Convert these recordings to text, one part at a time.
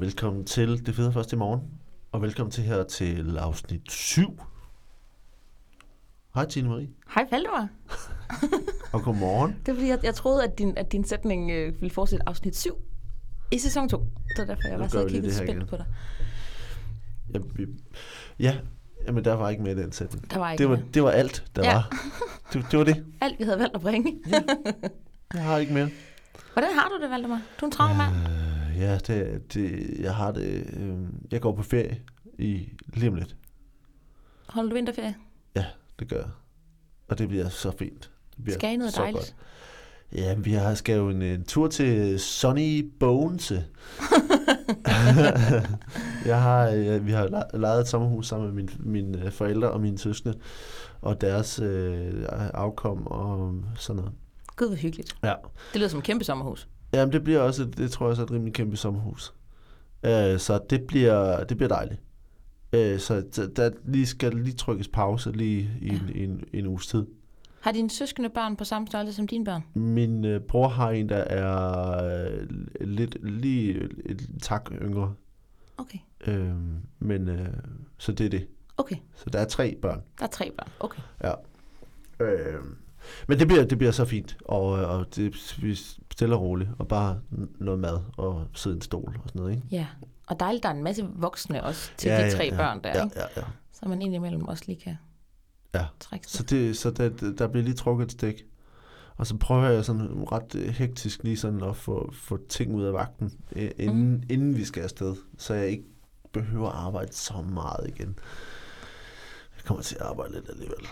Velkommen til Det Fede Først i Morgen, og velkommen til her til afsnit 7. Hej Tine Marie, Hej Valdemar. og godmorgen. Det er fordi, jeg, jeg troede, at din, at din sætning øh, ville fortsætte afsnit 7 i sæson 2. Det var derfor, jeg Nu var gør så vi lige kigget det her spændt igen. på dig. Ja, vi, ja jamen der var ikke med i den sætning. Der var ikke Det var, mere. det var alt, der Ja. var. Det, det var det. alt, vi havde valgt at bringe. Jeg har ikke mere. Hvordan har du det, Valdemar? Du er en travl mand. Øh, ja, det, det, jeg har det. Øh, jeg går på ferie i lige om lidt. Holder du vinterferie? Ja, det gør jeg. Og det bliver så fint. Det bliver Skal I noget så dejligt? Godt. Ja, vi har skal jo en, en tur til Sunny Bonese. jeg har, øh, vi har le- lejet et sommerhus sammen med mine, mine øh, forældre og mine søskende og deres øh, afkom og sådan noget. Gud, hvor hyggeligt. Ja. Det lyder som et kæmpe sommerhus. Jamen, det bliver også, et- det tror jeg også er et rimelig kæmpe sommerhus. Øh, så det bliver, det bliver dejligt. Øh, så d- der lige skal lige trykkes pause lige i en, ja. en, en uges tid. Har dine søskende børn på samme størrelse som dine børn? Min øh, bror har en, der er øh, lidt lige et tak yngre. Okay. Øh, men øh, så det er det. Okay. Så der er tre børn. Der er tre børn. Okay. Ja. Øh, men det bliver, det bliver så fint, og, øh, og det, vi stille og roligt, og bare n- noget mad og sidde i en stol og sådan noget, ikke? Ja. Og dejligt, der er en masse voksne også til de tre børn der, ja, ikke? ja, ja. Så man indimellem også lige kan Ja. trække sig. Så, det, så der, der bliver lige trukket et stik. Og så prøver jeg sådan ret øh, hektisk lige sådan at få, få ting ud af vagten, øh, inden, mm. inden vi skal afsted, så jeg ikke behøver at arbejde så meget igen. Jeg kommer til at arbejde lidt alligevel.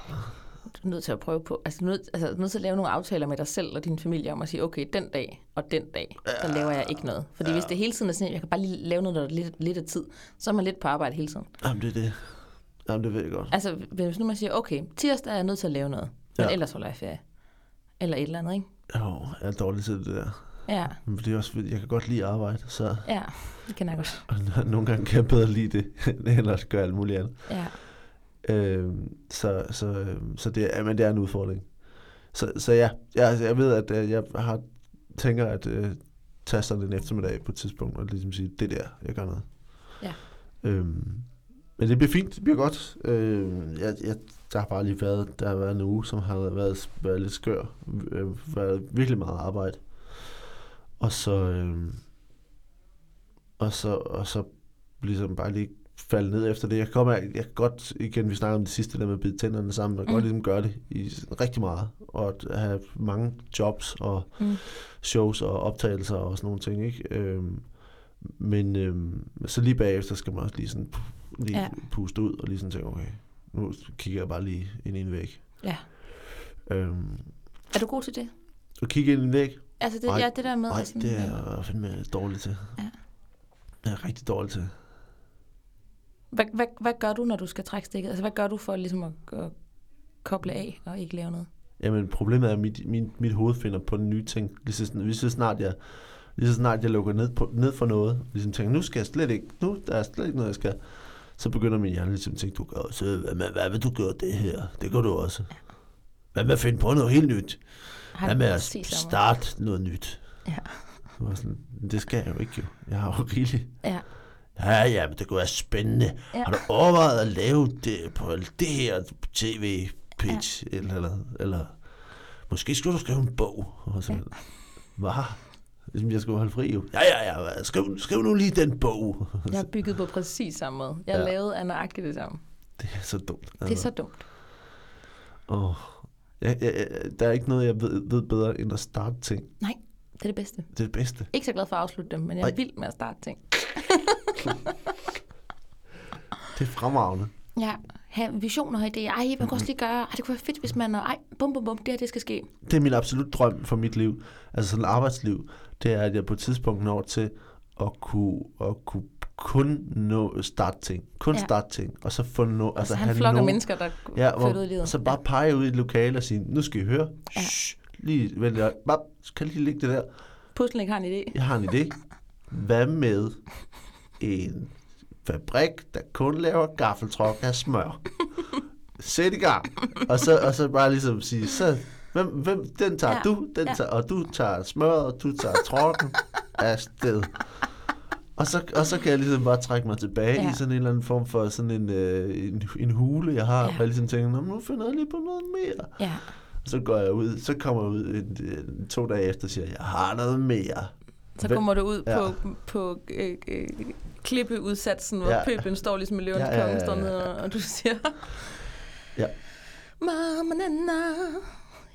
Du er nødt til at prøve på, altså du er nødt, altså, du er nødt til at lave nogle aftaler med dig selv og din familie om at sige, okay, den dag og den dag, der laver jeg ikke noget. Fordi hvis det hele tiden er sådan, at jeg kan bare lige lave noget, der er lidt, lidt af tid, så er man lidt på arbejde hele tiden. Jamen, det er det. Jamen, det ved jeg godt. Altså hvis nu man siger, okay, tirsdag er jeg nødt til at lave noget, men Ja. ellers holder jeg ferie. Eller et eller andet, ikke? Jo, jeg er dårlig til det der. Ja, Men det er også, fordi jeg kan godt lide arbejde, så ja, det kan jeg godt. og nogle gange kan jeg bedre lide det, end at gøre alt muligt andet. Ja. Øh, så, så, øh, så det, er, men det er en udfordring. Så, så ja, jeg, jeg ved, at øh, jeg har, tænker at øh, tage sådan en eftermiddag på et tidspunkt, og ligesom sige, det der, jeg gør noget. Ja. Øhm, men det bliver fint, det bliver godt. Øh, jeg, jeg, der har bare lige været, der har været en uge, som har været, været lidt skør. Øh, været virkelig meget arbejde. Og så, øh, og så, og så ligesom bare lige falde ned efter det. Jeg kommer, jeg kan godt, igen, vi snakker om det sidste, der med at bide tænderne sammen, jeg kan mm. godt ligesom gøre det i sådan rigtig meget, og at have mange jobs og mm. Mm. shows og optagelser og sådan nogle ting, ikke? Øhm, men øhm, så lige bagefter skal man også lige sådan puh, lige ja. Ja. puste ud og lige sådan tænke, okay, nu kigger jeg bare lige ind i en væg. ja. Øhm, Er du god til det? og kigge ind i en væg, Altså det, Nej. ja, det der med... nej, at sådan- det er jeg fandme dårlig til. Ja. Jeg er rigtig dårlig til. Hvad, hvad, hvad gør du, når du skal trække stikket? Altså hvad gør du for ligesom at, at koble af og ikke lave noget? Jamen problemet er, at mit, min, mit hoved finder på nye ting. Lige så, sn- lige så snart jeg lige så snart jeg lukker ned, på, ned for noget, ligesom tænker, nu skal jeg slet ikke, nu der er slet ikke noget, jeg skal, så begynder min hjerne ligesom at tænke, du kan også, hvad, med, hvad vil du gøre det her? Det gør du også. Hvad med at finde på noget helt nyt? Har Hvad du med at præcis om- starte noget nyt? Ja. Jeg var sådan, Det skal jeg jo ikke jo. Jeg har jo rigeligt. Ja. Ja, ja, men det kunne være spændende. Ja. Ja. Har du overvejet at lave det på det her tv-pitch? Ja. Eller, eller, eller måske skulle du skrive en bog. Og så, ja. Hvad? Ligesom jeg skulle holde fri jo. Ja, ja, ja, skriv, skriv nu lige den bog. Jeg er bygget på præcis samme måde. Jeg Ja. ja. lavede af nøjagtigt det samme. Det er så dumt. Altså, Det er så dumt. Åh. Jeg, jeg, jeg, der er ikke noget, jeg ved, ved bedre, end at starte ting. Nej, det er det bedste. Det er det bedste. Ikke så glad for at afslutte dem, men jeg er Nej. vild med at starte ting. Det er fremragende. Ja, have visioner og idéer. Ej, man kan også lige gøre, ej, det kunne være fedt, hvis man... og Ej, bum, bum, bum, det her, det skal ske. det er min absolut drøm for mit liv, altså sådan arbejdsliv, det er, at jeg på et tidspunkt når til at kunne, at kunne kun nå starte ting, kun ja. Ja. starte ting, og så få no, Altså, han flokker mennesker, der ja, fører ud i livet. Så bare pege ud i et lokale og sige, nu skal I høre, ja. Ja. Shh, lige vælge, bap, kan lige ligge det der, Puslen ikke har en idé. jeg har en idé, hvad med en fabrik, der kun laver gaffeltruk af smør? Sæt i gang. Og så, og så bare ligesom sige, så, hvem, hvem, den tager ja. Ja, du, den ja. ja. tager, og du tager smøret, og du tager trokken afsted. Og så, og så kan jeg ligesom bare trække mig tilbage ja. Ja. i sådan en eller anden form for sådan en, øh, en, en hule, jeg har, ja. Ja. hvor jeg ligesom tænker, "Nå, men nu finder jeg lige på noget mere. Ja, Så går jeg ud, så kommer jeg ud en, en, to dage efter og siger, jeg har noget mere. så Hvem- kommer du ud Ja. på, på øh, øh, klippeudsatsen, hvor Ja. ja. pøben står ligesom en løvende ja, ja, ja, ja, ja. står ned, og og du siger... Ja. Mama nana,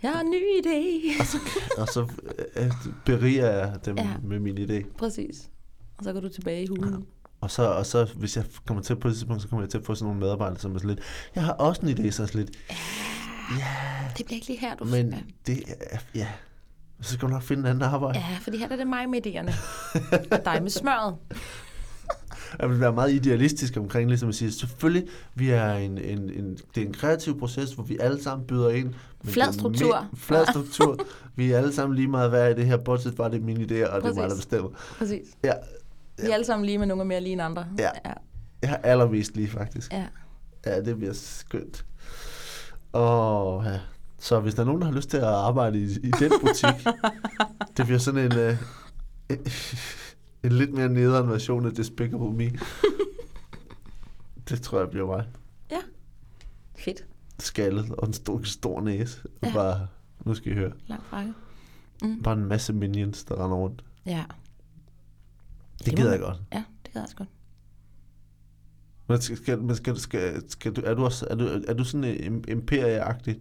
jeg har en ny idé. Og så, og så øh, beriger jeg dem ja. Ja. med min idé. Præcis. Og så går du tilbage i hulen. Og så, og så, hvis jeg kommer til på et tidspunkt, så kommer jeg til at få sådan nogle medarbejdere, som er sådan lidt, jeg har også en idé, så er jeg sådan lidt, Ja. Det bliver ikke lige her, du... men det er, ja, så skal du nok finde en anden arbejde. Ja. Ja, fordi her der er det mig med idéerne. og dig med smøret. Jeg vil være meget idealistisk omkring, ligesom at sige, selvfølgelig, vi er en, en, en, det er en kreativ proces, hvor vi alle sammen byder ind. men det er Flad me- struktur. Flad struktur. vi er alle sammen lige meget værd i det her, bortset fra, det er mine idéer, og det er mig, der Præcis. bestemmer. Præcis. Ja, Vi er alle sammen lige, men nogle er mere lige end andre. Ja. ja. jeg har allermest lige, faktisk. ja. Ja, det bliver skønt. Og ja. Så hvis der er nogen, der har lyst til at arbejde i, i den butik, det bliver sådan en, øh, en lidt mere nederen version af Despicable Me. Det tror jeg bliver mig. Fedt. Skaldet og en stor, stor næse. Og Ja. bare, nu skal I høre, Lang frakke. bare en masse minions, der render rundt. Ja. Det må gider jeg man. godt. Ja, det gad jeg også godt. Men, skal, skal, men skal, skal, skal du, er, du også, er, du, er du sådan en imperieagtig?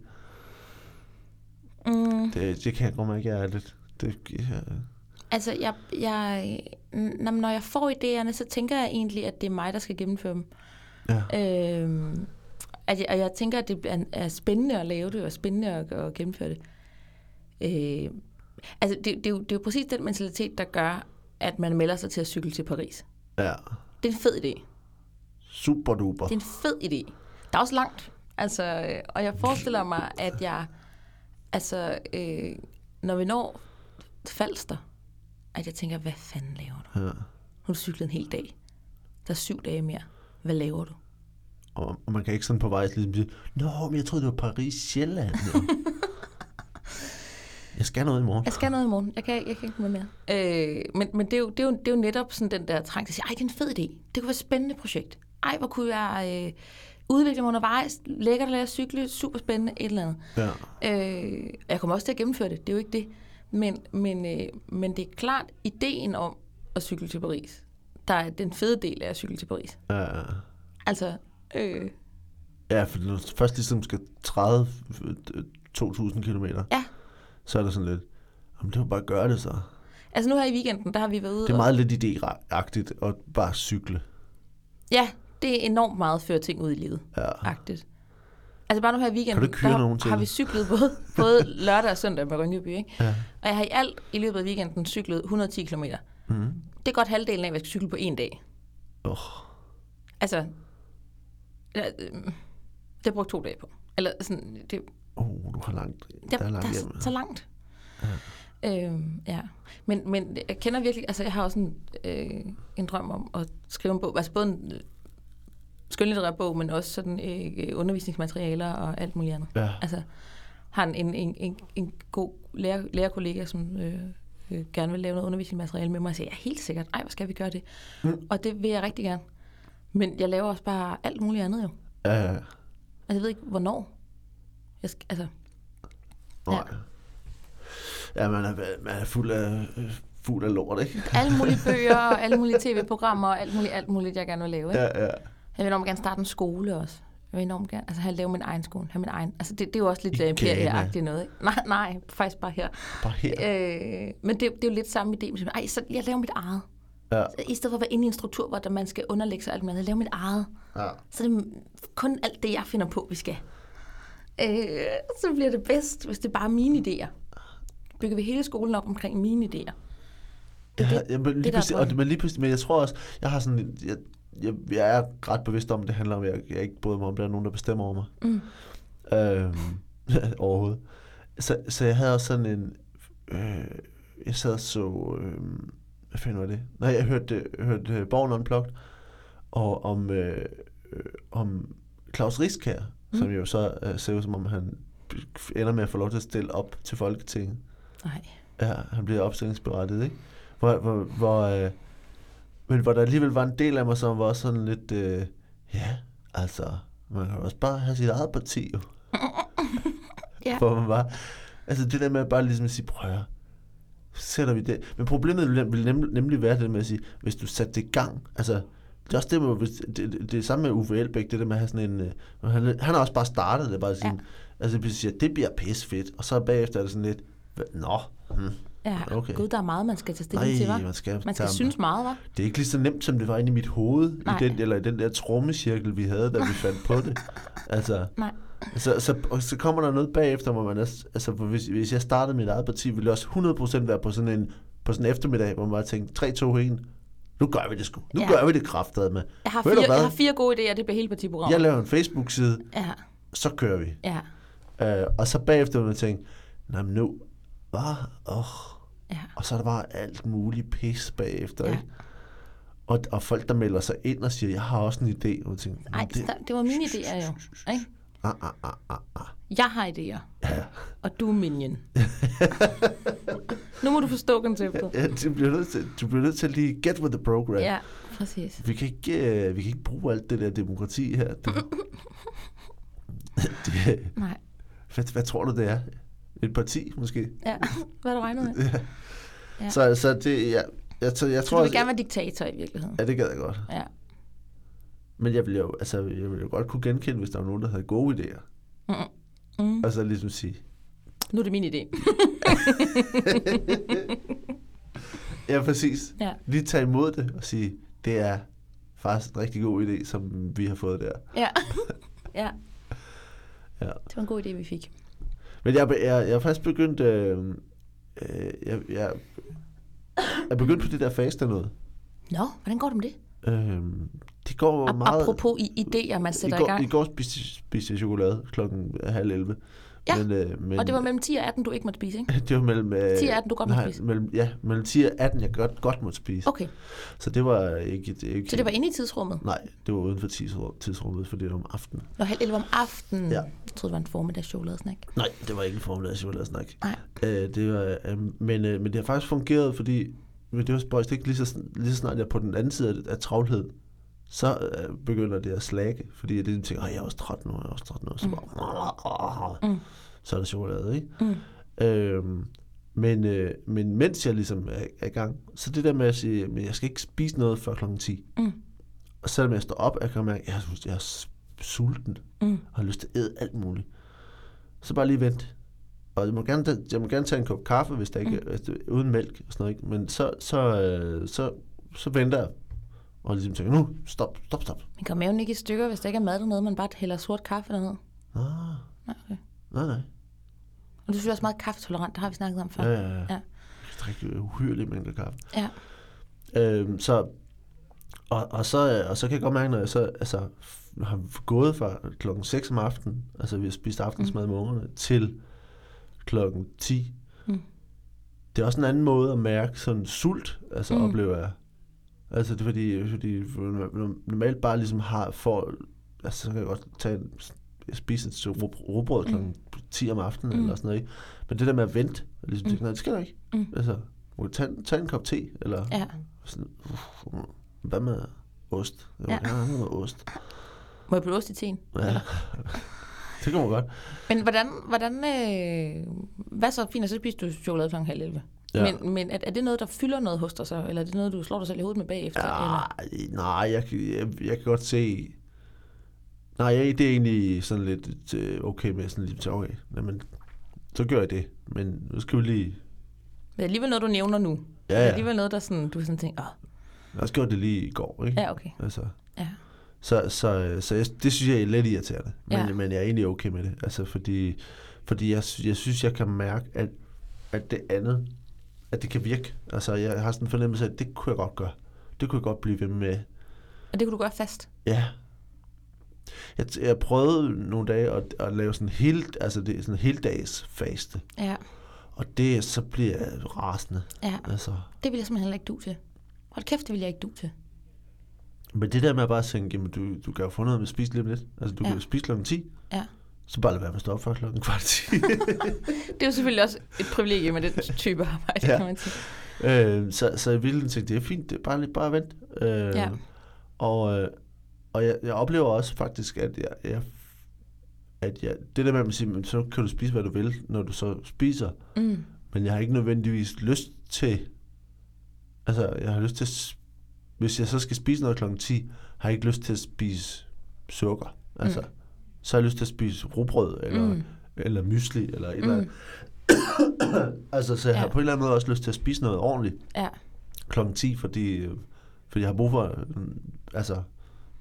Mm. Det, det kan jeg godt mærke, jeg er lidt... Det, jeg, Altså, jeg, jeg, n- når jeg får idéerne, så tænker jeg egentlig, at det er mig, der skal gennemføre dem. ja. Øhm, at jeg, og jeg tænker, at det er, er spændende at lave det, og spændende at, at gennemføre det. Øh, altså, det, det, er jo, det er jo præcis den mentalitet, der gør, at man melder sig til at cykle til Paris. ja. Det er en fed idé. Super duper. Det er en fed idé. Der er også langt. Altså, øh, og jeg forestiller mig, at jeg... Altså, øh, når vi når Falster, at jeg tænker, hvad fanden laver du? Ja. Hun cyklede en hel dag. Der er syv dage mere. Hvad laver du? Og, og man kan ikke sådan på vej ligesom sige, Nå, men jeg troede, det var Paris, Sjælland. jeg skal noget i morgen. Jeg skal noget i morgen. Jeg kan, jeg kan ikke med mere. Øh, men men det, er jo, det, er jo, det er jo netop sådan den der trang til at sige, ej, det er en fed idé. Det kunne være et spændende projekt. Ej, hvor kunne jeg øh, udvikle mig undervejs. Lækkert at lære at cykle. Super spændende. Et eller andet. Ja. Øh, og jeg kommer også til at gennemføre det, det er jo ikke det. Men, men, øh, men det er klart ideen om at cykle til Paris, der er den fede del af at cykle til Paris. Ja. Altså, øh, ja, for når du først ligesom skal træde øh, 2.000 km, Ja. så er det sådan lidt, jamen det var bare at gøre det så. altså nu her i weekenden, der har vi været ude Det er og- meget lidt idéagtigt at bare cykle. Ja, det er enormt meget at føre ting ud i livet. Ja. Agtigt. Altså bare nu her i weekenden, Kan du ikke hyre der nogen til har det? vi cyklet både, både lørdag og søndag med Rønneby, ikke? Ja. Og jeg har i alt i løbet af weekenden cyklet 110 km. Det Mm. er godt halvdelen af, hvad jeg skal cykle på en dag. Oh. Altså, ja, øh, det har jeg brugt to dage på. Eller sådan, det, oh, du har langt, Der, der er langt der er hjemme. så, så langt. Ja. Øhm, ja. Men, men jeg kender virkelig, altså jeg har også en, øh, en drøm om at skrive en bog, altså både en øh, skønlitterær bog, men også sådan øh, øh, undervisningsmaterialer og alt muligt andet. Ja. Altså har en, en, en, en, en god lærer, lærerkollega, som øh, øh, gerne vil lave noget undervisningsmateriale med mig, og siger, ja helt sikkert, ej hvor skal vi gøre det? Mm. Mm. Og det vil jeg rigtig gerne. Men jeg laver også bare alt muligt andet jo. Ja, ja. Altså jeg ved ikke, hvornår. Jeg skal, altså, Nej. Ja, man er, man er fuld af, øh, fuld af lort, ikke? alle mulige bøger og alle mulige tv-programmer og alt muligt, alt muligt, jeg gerne vil lave. Ikke? Ja. Ja, ja. Jeg vil enormt gerne starte en skole også. Jeg vil enormt gerne, altså have lave min egen skole, have min egen, altså det, det er jo også lidt I øh, imperieagtigt noget. Ikke? Nej, nej, faktisk bare her. Bare her. Øh, men det, det er jo lidt samme idé, men ej, så jeg laver mit eget. Ja. I stedet for at være inde i en struktur, hvor der man skal underlægge sig alt muligt andet, lave mit eget. Ja. Så er det kun alt det, jeg finder på, vi skal. Øh, så bliver det bedst, hvis det bare er mine idéer. Bygger vi hele skolen op omkring mine idéer. Ja, ja, men lige der er pludselig, og, drømmen. men lige pludselig, men jeg tror også, jeg har sådan, en- jeg, jeg, jeg er ret bevidst om, at det handler om, at jeg, jeg ikke bryder mig om, at der er nogen, der bestemmer over mig. Mm. Øhm, overhovedet. Så, så jeg havde også sådan en, øh, jeg sad og så, øh, hvad fanden var det? Nej, jeg hørte, hørte øh, Born Unplugged, og om, øh, øh, om Claus Riskær, mm. som jo så øh, ser ud som om, han ender med at få lov til at stille op til Folketinget. Nej. Ja, han bliver opstillingsberettiget, ikke? Hvor, hvor, hvor, øh, Men hvor der alligevel var en del af mig, som var sådan lidt, øh, ja, altså, man kan jo også bare have sit eget parti jo. Ja. Hvor man bare, altså det der med at bare ligesom sige, prøv at høre, sætter vi det. Men problemet ville nem- ville nem, nemlig være det med at sige, hvis du satte det i gang, altså, det er også det, med, hvis, det, det, det er samme med Uffe Elbæk, det der med at have sådan en, øh, han, han har også bare startet det, bare sådan, ja. altså, hvis du siger, det bliver pisse fedt, og så bagefter er det sådan lidt, "Hva- nå, hmm, Ja, Okay. okay. gud, der er meget, man skal tage stilling til, nej, hva'? man skal, Man skal tage- synes meget, hva'? det er ikke lige så nemt, som det var inde i mit hoved, Nej. i den, eller i den der trommecirkel, vi havde, da vi fandt på det. Altså, Nej. så, så, og så kommer der noget bagefter, hvor man er, altså, for hvis, hvis jeg startede mit eget parti, ville jeg også 100% være på sådan en på sådan en eftermiddag, hvor man bare tænkte, 3, 2, 1, nu gør vi det sgu. Nu Ja. gør vi det kraftedeme. med. Jeg har, Ved du fire, hvad? jeg har fire gode idéer, det bliver hele partiprogrammet. Jeg laver en Facebook-side, Ja, så kører vi. ja, Øh, og så bagefter vil man tænke, nej, men nu, hvad? Oh. ja. Og så er der bare alt muligt pis bagefter, Ja. ikke? Og, og folk, der melder sig ind og siger, jeg har også en idé. Og jeg tænker, Ej, "Nå, det, det... det var mine idéer jo. Ikke? ah, ah, ah, ah, ah. Jeg har idéer. Ja. Og du er minion. nu må du forstå konceptet. Ja, du, bliver nødt til, du bliver nødt til at lige get with the program. Ja, præcis. Vi, kan ikke, øh, vi kan ikke bruge alt det der demokrati her. Det, det, Nej. hvad, hvad tror du, det er? Et parti, måske? Ja, hvad har du regnet med? Ja. Så, så det, ja, jeg, så jeg Så tror, altså- du vil også- gerne være diktator i virkeligheden. Ja, det gad jeg godt. Ja. Men jeg ville jo, altså, jeg ville jo godt kunne genkende, hvis der var nogen, der havde gode idéer. Mm. Og så ligesom sige, Nu er det min idé. Ja, præcis. Ja. Lige tage imod det og sige, det er faktisk en rigtig god idé, som vi har fået der. Ja. ja. Ja. Det var en god idé, vi fik. Men jeg, jeg, jeg er faktisk begyndt... Øh, øh, jeg, jeg, jeg er begyndt på det der faste noget. Nå, hvordan går det med det? Øh, det går Ap- meget... Apropos i idéer, man I sætter i, går, gang. I går spiste, spiste jeg chokolade klokken halv 11. Ja, men, øh, men, Og det var mellem 10 og 18, du ikke måtte spise, ikke? det var mellem... Øh, 10 og 18, du godt måtte nej, spise. mellem, ja, mellem 10 og 18, jeg godt, godt måtte spise. Okay, Så det var ikke... et- ikke så det var inde i tidsrummet. Nej, det var uden for tidsrum- tidsrummet, for det var om aftenen. Nå, halv 11 om aftenen. Ja. Jeg troede, det var en formiddags chokoladesnack. Nej, det var ikke en formiddag chokoladesnak. Nej. Øh, det var, øh, men, øh, men det har faktisk fungeret, fordi men det var spøjst ikke lige så, sn- lige så snart jeg er på den anden side af, af travlhed, så øh, begynder det at slække, fordi jeg ligesom tænker, "Ej, jeg er også træt nu, jeg er også træt nu, så, bare, mm. så er der chokolade, ikke? Mm. Øhm, men, øh, men mens jeg ligesom er, er i gang, så det der med at sige, men jeg skal ikke spise noget før klokken 10. Mm. Og selvom jeg står op, jeg kan mærke, jeg, er- jeg er s- sulten, Mm. og har lyst til at æde alt muligt. Så bare lige vent. Og jeg må gerne, tage- jeg må gerne tage en kop kaffe, hvis der ikke mm. altså, uden mælk og sådan noget. Ikke? Men så, så, øh, så, så venter jeg. Og ligesom tænker, nu, stop, stop, stop. Men går maven ikke i stykker, hvis der ikke er mad dernede, man bare hælder sort kaffe dernede? Ah, Nej, okay. nej, nej. Og du synes også meget kaffetolerant, det har vi snakket om før. Ja, ja, ja. Ja. Jeg drikker uhyrelig mængde kaffe. Ja. Øhm, så, og, og, så, øh, og så kan jeg godt mærke, når jeg så altså, f- har gået fra klokken 6 om aftenen, altså vi har spist aftensmad med ungerne, til klokken 10. Mm. Det er også en anden måde at mærke sådan sult, altså Mm. mm. oplever jeg. Altså det er fordi, fordi når- normalt bare ligesom har, får, altså så kan jeg godt tage en, spise et stykke rug- Mm. rugbrød kl. 10 om aftenen mm. eller sådan noget, ikke? Men det der med at vente, og ligesom tænke, nej, det skal der ikke. Mm. Altså, må jeg tage, tage en kop te, eller Ja. sådan, uff, hvad med ost? Jeg vil Ja. gerne have noget ost. Må jeg blive ost i teen? Ja. det kan man godt. Men hvordan, hvordan øh, hvad så fint, og så spiser du chokolade kl. halv 11? Ja. Men, men er, er, det noget, der fylder noget hos dig så? Eller er det noget, du slår dig selv i hovedet med bagefter? Eller? Nej, nej jeg, kan- jeg, jeg kan godt se... Nej, jeg, det er egentlig sådan lidt øh, okay med sådan lidt, okay, jamen, så gør jeg det. Men nu skal vi lige... Men det er alligevel noget, du nævner nu. Ja, Det er ja. alligevel noget, der sådan, du sådan tænker, åh, Jeg også gjorde det lige i går, ikke? ja, okay. Altså, Ja. så så, så jeg, det synes jeg er lidt irriterende. Men, Ja. ja. men jeg er egentlig okay med det. Altså, fordi fordi jeg, sy- jeg synes, jeg kan mærke, at, at det andet, at det kan virke. Altså, jeg har sådan en fornemmelse af, at det kunne jeg godt gøre. Det kunne jeg godt blive ved med. Og det kunne du gøre fast. Ja. Jeg, t- jeg prøvede nogle dage at, at lave sådan hele, altså det er sådan heldags faste. Ja, Og det, så bliver jeg rasende. ja. Altså, Det ville jeg simpelthen heller ikke du til. Hold kæft, det ville jeg ikke du til. men det der med at bare tænke, jamen du, du kan jo få noget med at spise lige om lidt. Altså, du Ja. ja. kan jo spise klokken 10. Ja. Så bare lad være med at stå op før klokken kvart 10. Det er jo selvfølgelig også et privilegie med den type arbejde, Ja. kan man sige. Øh, så, så jeg ville tænke, det er fint, det er bare, lidt- bare vent. Øh, Ja. Og, øh, og jeg, jeg oplever også faktisk, at jeg, jeg at jeg, det der med, at man siger, "Men så kan du spise, hvad du vil, når du så spiser, Mm. men jeg har ikke nødvendigvis lyst til, altså jeg har lyst til, at s- hvis jeg så skal spise noget kl. 10, har jeg ikke lyst til at spise sukker. Altså, mm. så har jeg lyst til at spise rugbrød, eller, mm. Mm. eller mysli, eller et eller Mm. andet. Altså, så jeg ja. har Ja. på en eller anden måde også lyst til at spise noget ordentligt Ja. kl. 10, fordi, øh, fordi jeg har brug for øh, altså,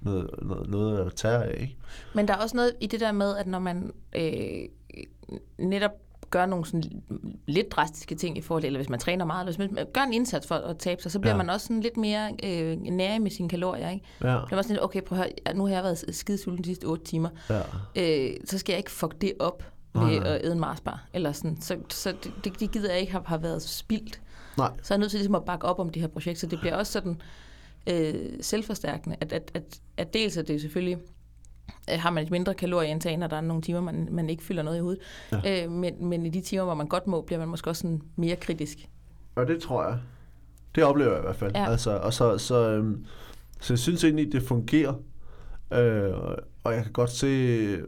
noget, noget, noget at tage af. Ikke? Men der er også noget i det der med, at når man øh, netop gør nogle sådan lidt drastiske ting i forhold til, eller hvis man træner meget, eller hvis man gør en indsats for at tabe sig, så bliver Ja. ja. man også sådan lidt mere øh, nærig med sine kalorier. Ikke? Ja, Det var sådan lidt, okay, prøv at høre, nu har jeg været skidesulten de sidste 8 timer, ja. øh, så skal jeg ikke fuck det op Nej, ved nej. at æde en marsbar. Eller sådan. Så, så det, det gider jeg ikke have, have været spildt. Nej, Så er jeg nødt til ligesom at bakke op om det her projekt, så det bliver også sådan øh, selvforstærkende, at, at, at, at dels er det selvfølgelig, øh, har man et mindre kalorieindtag, når der er nogle timer, man, man ikke fylder noget i hovedet. Ja. Øh, men, men i de timer, hvor man godt må, bliver man måske også sådan mere kritisk. og det tror jeg. Det oplever jeg i hvert fald. Ja. Altså, og så, så, øhm, så jeg synes egentlig, det fungerer. Øh, og jeg kan godt se,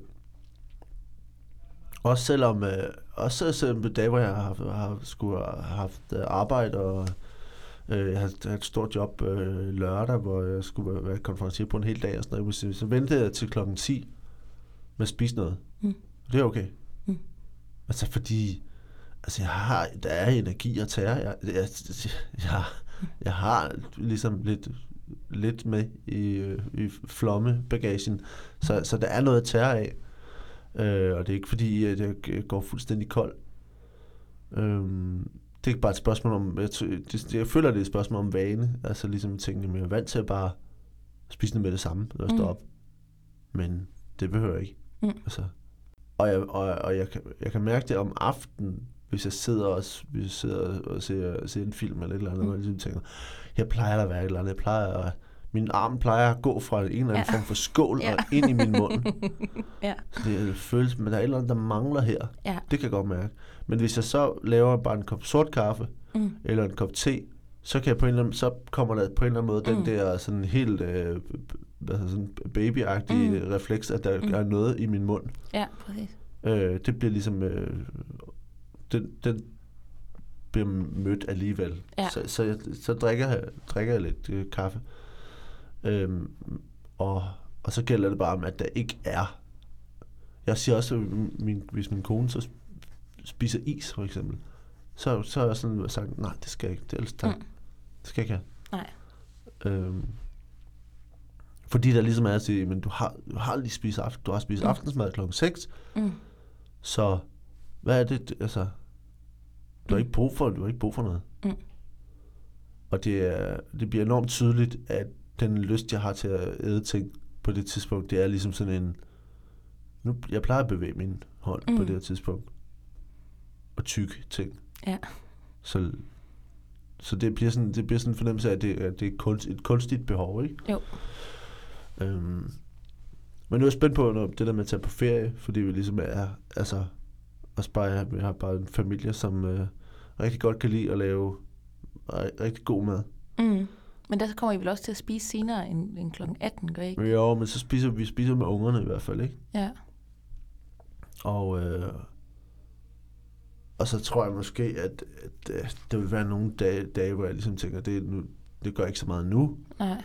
også selvom, øh, også selvom på dage, hvor jeg har, haft, har skulle have haft øh, arbejde, og øh, jeg havde havde et stort job øh, lørdag, hvor jeg skulle være- være konferencier på en hel dag, og sådan noget, så, så ventede jeg til klokken 10 med at spise noget. Mm. Det er okay. Mm. Altså fordi, altså jeg har, der er energi at tage. Jeg, jeg, jeg, jeg har ligesom lidt, lidt med i, øh, i flommebagagen, så, så der er noget at tage af. Øh, og det er ikke fordi, at jeg g- går fuldstændig kold. Øhm, det er ikke bare et spørgsmål om, jeg, t- det, jeg føler, det er et spørgsmål om vane. Altså ligesom tingene, men jeg er vant til at bare spise det med det samme, og stå Mm. mm. op. Men det behøver jeg ikke. Mm. Altså, og jeg, og, og jeg, kan, jeg kan mærke det om aftenen, hvis jeg sidder og, s- hvis jeg sidder og ser, ser en film eller et eller andet, Mm. mm. og jeg ligesom tænker, her plejer der at være et eller andet, jeg plejer at, min arm plejer at gå fra en eller anden ja. Ja. form for skål ja. Ja. og ind i min mund. ja. Det føles, men der er et eller andet, der mangler her. Ja. Det kan jeg godt mærke. Men hvis jeg så laver bare en kop sort kaffe, Mm. eller en kop te, så, kan jeg på en eller anden, så kommer der på en eller anden måde mm. Mm. den der sådan helt øh, hvad hedder sådan babyagtige Mm. mm. refleks, at der Mm. mm. er noget i min mund. ja, præcis. Øh, det bliver ligesom... Øh, den, den bliver mødt alligevel. Ja. Så, så, jeg, så drikker, jeg, drikker jeg lidt øh, kaffe. Øhm, og, og så gælder det bare om, at der ikke er... Jeg siger også, at min, hvis min kone så spiser is, for eksempel, så, så har jeg sådan sagt, nej, det skal jeg ikke. Det, ellers, der, Mm. mm. det skal jeg ikke Nej. have. Øhm, fordi der ligesom er at sige, men du har, du har lige spist, aften, du har spist Mm. mm. aftensmad kl. 6, Mm. så hvad er det, altså, du har ikke brug for, du har ikke brug for noget. Mm. Og det, er, det bliver enormt tydeligt, at den lyst, jeg har til at æde ting på det tidspunkt, det er ligesom sådan en, nu, jeg plejer at bevæge min hånd mm. på Mm. det her tidspunkt, og tykke ting. Ja. Så, så det bliver sådan, det bliver sådan en fornemmelse af, at det, at det er kunst, et kunstigt behov, ikke? Jo. Øhm, men nu er jeg spændt på når, det der med at tage på ferie, fordi vi ligesom er, altså, også bare, jeg, jeg har bare en familie, som øh, rigtig godt kan lide at lave ri- rigtig god mad. Mm. Men der kommer I vel også til at spise senere end, end kl. 18, gør I ikke? Men jo, men så spiser vi spiser med ungerne i hvert fald, ikke? Ja. Og, øh, og så tror jeg måske, at, at, at der vil være nogle dage, dage hvor jeg ligesom tænker, det, er nu, det gør ikke så meget nu. Nej.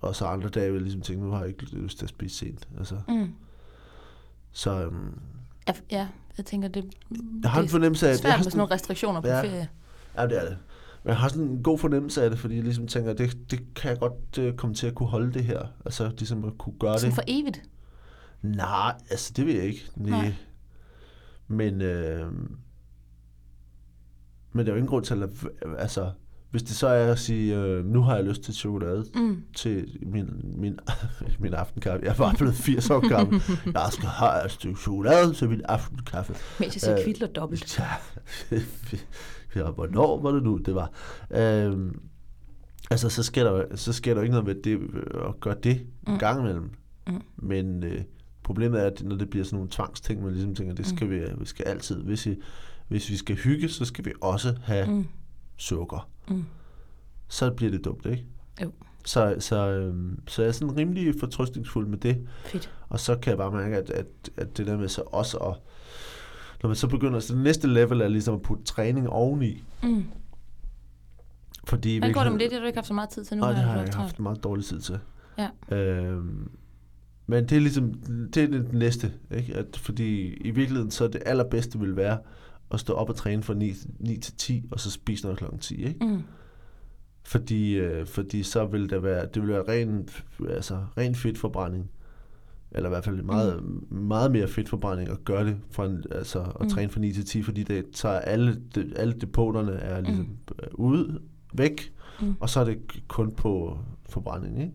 Og så andre dage vil jeg ligesom tænke, nu har jeg ikke lyst til at spise sent. Altså, Mm. så øhm, Ja, f- Ja, jeg tænker, det, jeg har en det fornemmelse af, er at jeg svært har med sådan sådan, nogle restriktioner på Ja. ferie. ja, det er det. Men jeg har sådan en god fornemmelse af det, fordi jeg ligesom tænker, det, det kan jeg godt øh, komme til at kunne holde det her. Altså ligesom at kunne gøre det. Sådan for evigt. Nej, altså det vil jeg ikke. Næh. Nej. Nej. Men, øh, men der er jo ingen grund til at... lade v- Altså, hvis det så er at sige, øh, nu har jeg lyst til chokolade Mm. til min, min, min aftenkaffe. Jeg er bare blevet 80 år gammel. Jeg skal have et stykke chokolade til min aftenkaffe. Mens jeg siger Øh, kvidler dobbelt. Ja, ja, hvornår var det nu, det var? Øhm, altså, så sker, der, jo- så sker der jo ikke noget ved det, øh, at gøre det Mm. en gang imellem. Mm. Mm. Men øh, problemet er, at når det bliver sådan nogle tvangsting, man ligesom tænker, det skal vi, vi skal øh, altid, hvis I, hvis vi skal hygge, så skal vi også have Mm. sukker. Mm. Så bliver det dumt, ikke? Jo. Så, så, øhm, så jeg er sådan rimelig fortrøstningsfuld med det. Fedt. Og så kan jeg bare mærke, at, at, at det der med så også at... Når man så begynder, så det næste level er ligesom at putte træning oveni. Mm. Fordi i Hvad går det med virkeligheden- det? Det har du ikke haft så meget tid til nu. Nej, her, det har du jeg også haft meget dårlig tid til. Ja. Øhm, men det er ligesom, det er det næste, ikke? At, fordi i virkeligheden så er det allerbedste vil være at stå op og træne fra 9, 9 til 10, og så spise noget klokken 10, ikke? Mm. Fordi, øh, fordi så vil der være, det vil være ren, altså, ren fedtforbrænding, eller i hvert fald meget, meget mere fedtforbrænding at gøre det, fra, en- altså at Mm. træne fra 9 til 10, fordi det tager alle, de, alle depoterne er ligesom øh, ude, væk, Mm. og så er det k- kun på forbrænding,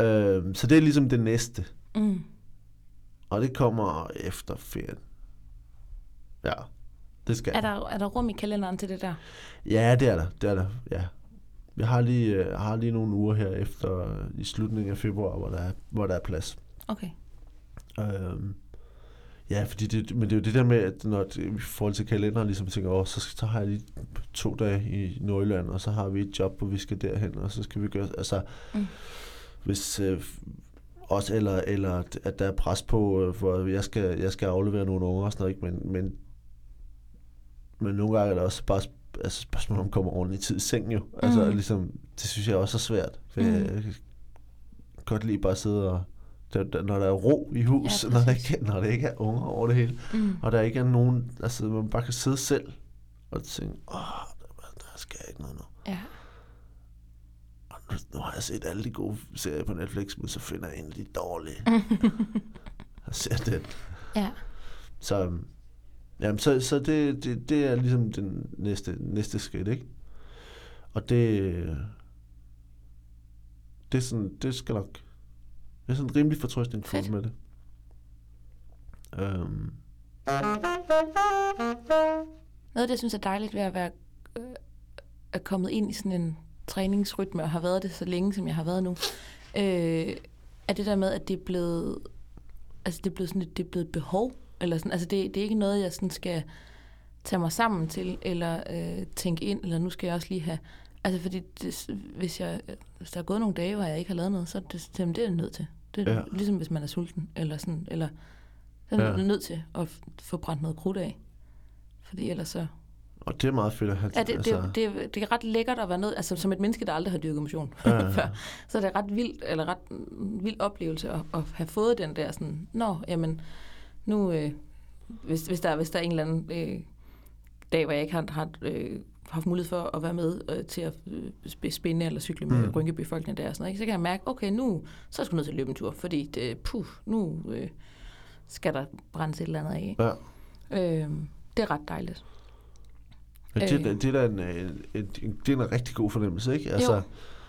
ikke? Øh, så det er ligesom det næste, Mm. og det kommer efter ferien. Ja, det skal Er, der, er der rum i kalenderen til det der? Ja, det er der. Det er der, ja. Jeg har lige, øh, har lige nogle uger her efter øh, i slutningen af februar, hvor der er, hvor der er plads. Okay. Øhm, ja, fordi det, men det er jo det der med, at når det, i forhold til kalenderen, ligesom tænker, åh, så, så har jeg lige to dage i Nordjylland, og så har vi et job, hvor vi skal derhen, og så skal vi gøre, altså, Mm. mm. hvis øh, også, eller, eller at der er pres på, øh, hvor jeg skal, jeg skal aflevere nogle unger og sådan noget, ikke? Men, men, men nogle gange er det også bare sp- altså spørgsmålet om, kommer ordentligt tid i seng jo. Altså, Mm. ligesom, det synes jeg også er svært. For Mm. mm. jeg, jeg kan godt lide bare at sidde og der, der, når der er ro i hus, Ja, ja, når, der præcis. ikke, når der ikke er unger over det hele, Mm. og der ikke er nogen, altså man bare kan sidde selv og tænke, åh, der, der skal ikke noget nu. Ja. Og nu, nu har jeg set alle de gode serier på Netflix, men så finder jeg en af de dårlige. og ser den. Ja. Så, øhm, jamen, så, så det, det, det er ligesom den næste, næste skridt, ikke? Og det, øh, det, er sådan, det skal nok... Jeg er sådan rimelig fortrøstningsfuld Fedt. med det. Øhm, Noget af det, jeg synes er dejligt ved at være øh, er kommet ind i sådan en træningsrytme, og har været det så længe, som jeg har været nu, øh, er det der med, at det er blevet, altså det er blevet sådan et, det er blevet et behov. Eller sådan, altså det, det er ikke noget, jeg sådan skal tage mig sammen til, eller øh, tænke ind, eller nu skal jeg også lige have... Altså fordi, det, hvis, jeg, hvis der er gået nogle dage, hvor jeg ikke har lavet noget, så er det, jamen, det er jeg nødt til. Det er ja. Ja. ligesom, hvis man er sulten, eller sådan, eller så er man Ja. nødt til at f- få brændt noget krudt af. Fordi ellers så og det er meget fedt at have... altså, Ja, det, det, det, det er ret lækkert at være nødt, altså som et menneske, der aldrig har dyrket motion Ja. før, så er det ret vildt, eller ret mm, vild oplevelse at, at have fået den der sådan, nå, jamen, nu, øh, hvis, hvis, der, hvis der er en eller anden øh, dag, hvor jeg ikke har, har øh, haft mulighed for at være med øh, til at øh, sp- spinde eller cykle med mm. Mm. rynkebefolkningen der og sådan noget, ikke? så kan jeg mærke, okay, nu, så er jeg sgu nødt til at løbe en tur, fordi det, puh, nu øh, skal der brændes et eller andet af. ikke? Ja. Øh, det er ret dejligt. Ja, det, Øh. det, det, er da en, øh, en, en, det er en rigtig god fornemmelse, ikke? Altså, Jo.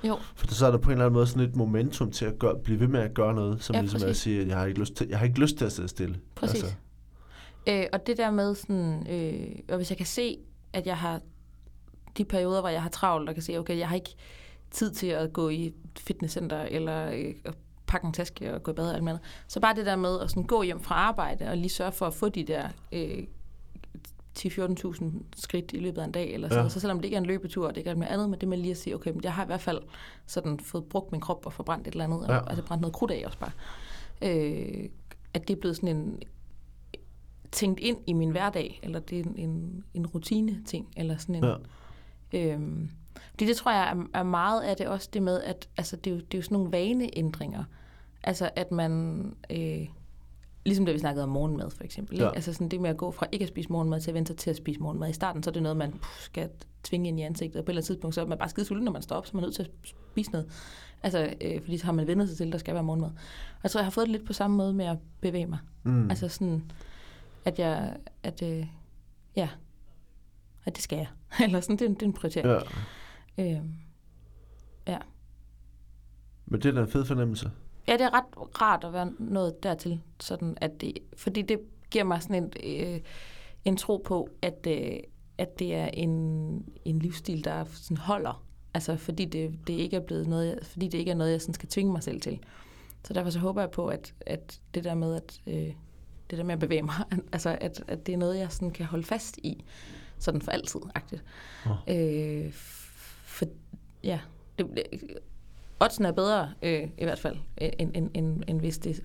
Jo, For så er der på en eller anden måde sådan et momentum til at gøre, blive ved med at gøre noget, som Ja, ja, ligesom er at præcis. sige, at jeg har ikke lyst til, jeg har ikke lyst til at sidde stille. Præcis. Altså. Øh, og det der med sådan, øh, og hvis jeg kan se, at jeg har de perioder, hvor jeg har travlt, og kan se, okay, jeg har ikke tid til at gå i et fitnesscenter, eller øh, at pakke en taske og gå i bad og alt muligt andet. Så bare det der med at sådan gå hjem fra arbejde, og lige sørge for at få de der øh, 10-14.000 skridt i løbet af en dag, eller sådan Ja. noget. Så selvom det ikke er en løbetur, og det ikke er noget andet, men det med lige at sige, okay, men jeg har i hvert fald sådan fået brugt min krop og forbrændt et eller andet, ja. Ja. altså brændt noget krudt af også bare. Øh, at det er blevet sådan en tænkt ind i min hverdag, eller det er en, en, en rutine-ting, eller sådan en... Ja. Øhm, fordi det tror jeg er, er meget af det også det med, at altså, det, er jo, det er jo sådan nogle vaneændringer. Altså at man, øh, ligesom da vi snakkede om morgenmad for eksempel, ja. Ja. ikke? altså sådan det med at gå fra ikke at spise morgenmad til at vente sig til at spise morgenmad i starten, så er det noget, man puh, skal tvinge ind i ansigtet, og på et eller andet tidspunkt, så er man bare skide sulten, når man står op, så er man nødt til at spise noget. Altså, øh, fordi så har man vendt sig til, at der skal være morgenmad. Og jeg tror, jeg har fået det lidt på samme måde med at bevæge mig. Mm. Altså sådan, at jeg, at, øh, ja, at det skal jeg. Eller sådan, det er en, det er en prioritering. ja. Øh, Men det er da en fed fornemmelse. ja, det er ret rart at være nået dertil, sådan at det, fordi det giver mig sådan en, øh, en tro på, at, øh, at det er en, en livsstil, der sådan holder. Altså fordi det, det ikke er blevet noget, jeg- fordi det ikke er noget, jeg sådan skal tvinge mig selv til. Så derfor så håber jeg på, at, at det der med, at øh, det der med at bevæge mig, altså at, at det er noget, jeg sådan kan holde fast i, sådan for altid, agtigt. Nå. Øh, for, ja, det, det- oddsen er bedre, øh, i hvert fald, øh, end, end, end, end hvis det,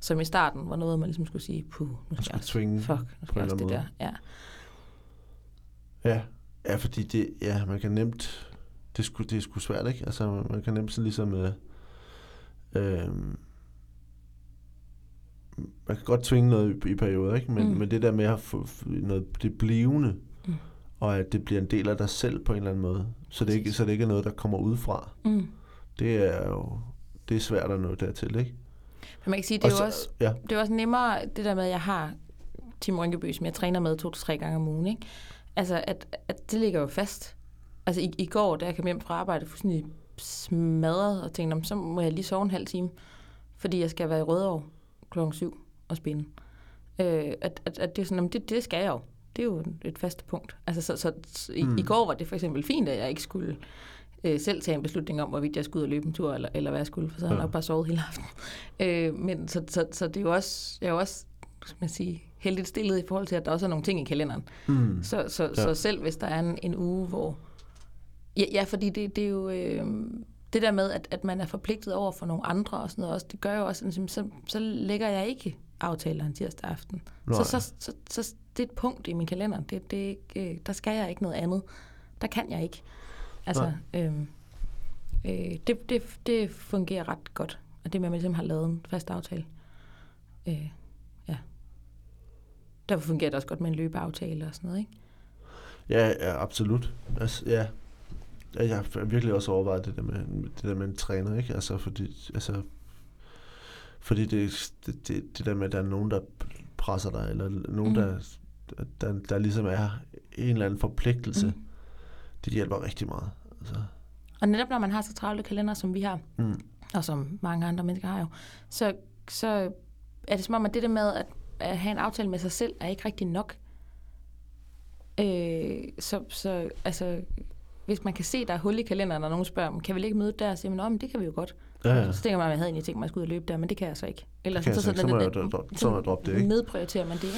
som i starten, var noget, man ligesom skulle sige, puh, nu skal jeg skulle også, tvinge fuck, på nu skal en jeg også det eller der. anden Ja. Ja, ja fordi det, ja, man kan nemt, det er, sgu, det er sgu svært, ikke? Altså, man man kan nemt sådan ligesom, øh, øh, man kan godt tvinge noget i, i perioder, ikke? Men, Mm. mm. men det der med at få få noget, det blivende, Mm. mm. og at det bliver en del af dig selv på en eller anden måde, så det, ikke, Præcis. så det ikke er noget, der kommer udefra, Mm. det er jo, det er svært at nå dertil, ikke? Men man kan sige, det er Og jo så- også, Ja, det er jo også nemmere, det der med, at jeg har Tim Rynkeby, som jeg træner med to til tre gange om ugen. Ikke? Altså, at, at det ligger jo fast. Altså, i, i går, da jeg kom hjem fra arbejde, fuldstændig smadret og tænkte, "Nå, men så må jeg lige sove en halv time, fordi jeg skal være i Rødovre klokken 7 og spille. Øh, at, at, at det er sådan, "Nå, men det, det skal jeg jo. Det er jo et fast punkt. Altså, så, så, så i, mm. i går var det for eksempel fint, at jeg ikke skulle øh, selv tage en beslutning om, hvorvidt jeg skulle ud og løbe en tur, eller, eller hvad jeg skulle, for så havde jeg Ja. nok bare sovet hele aftenen. Øh, men så, så, så det er jo også, jeg er jo også skal man sige, heldigt stillet i forhold til, at der også er nogle ting i kalenderen. mm. Så, så, ja. så selv hvis der er en, en uge, hvor... Ja, ja fordi det, det er jo... Øh, det der med, at, at man er forpligtet over for nogle andre og sådan noget også, det gør jo også, at sådan, så, så lægger jeg ikke aftaler en tirsdag aften. Så, Nej. så, så, så, det er et punkt i min kalender. Det, det er ikke, øh, der skal jeg ikke noget andet. Der kan jeg ikke. Altså, øhm, øh, det, det, det fungerer ret godt. Og det med, at man ligesom har lavet en fast aftale. Øh, ja. Derfor fungerer det også godt med en løbeaftale og sådan noget, ikke? Ja, ja absolut. Altså, ja. Ja, Jeg har virkelig også overvejet det der med, det der med en træner, ikke? Altså, fordi, altså, fordi det, det, det, det der med, at der er nogen, der presser dig, eller nogen, Mm. mm. der, der, der ligesom er en eller anden forpligtelse, Mm. mm. det hjælper rigtig meget. Altså, Og netop når man har så travle kalender, som vi har, mm. og som mange andre mennesker har jo, så, så er det som om, at det der med at, at have en aftale med sig selv, er ikke rigtig nok. Øh, så, så altså, hvis man kan se, der er hul i kalenderen, og nogen spørger, "Men kan vi ikke møde der, og siger man, "Nå, men det kan vi jo godt. Ja, ja. Så tænker man, at jeg havde egentlig tænkt mig, at jeg skulle ud og løbe der, men det kan jeg så ikke. Eller Det kan jeg så ikke. Så må jeg jo dro- så må jeg droppe det, ikke? Nedprioriterer man det, ikke?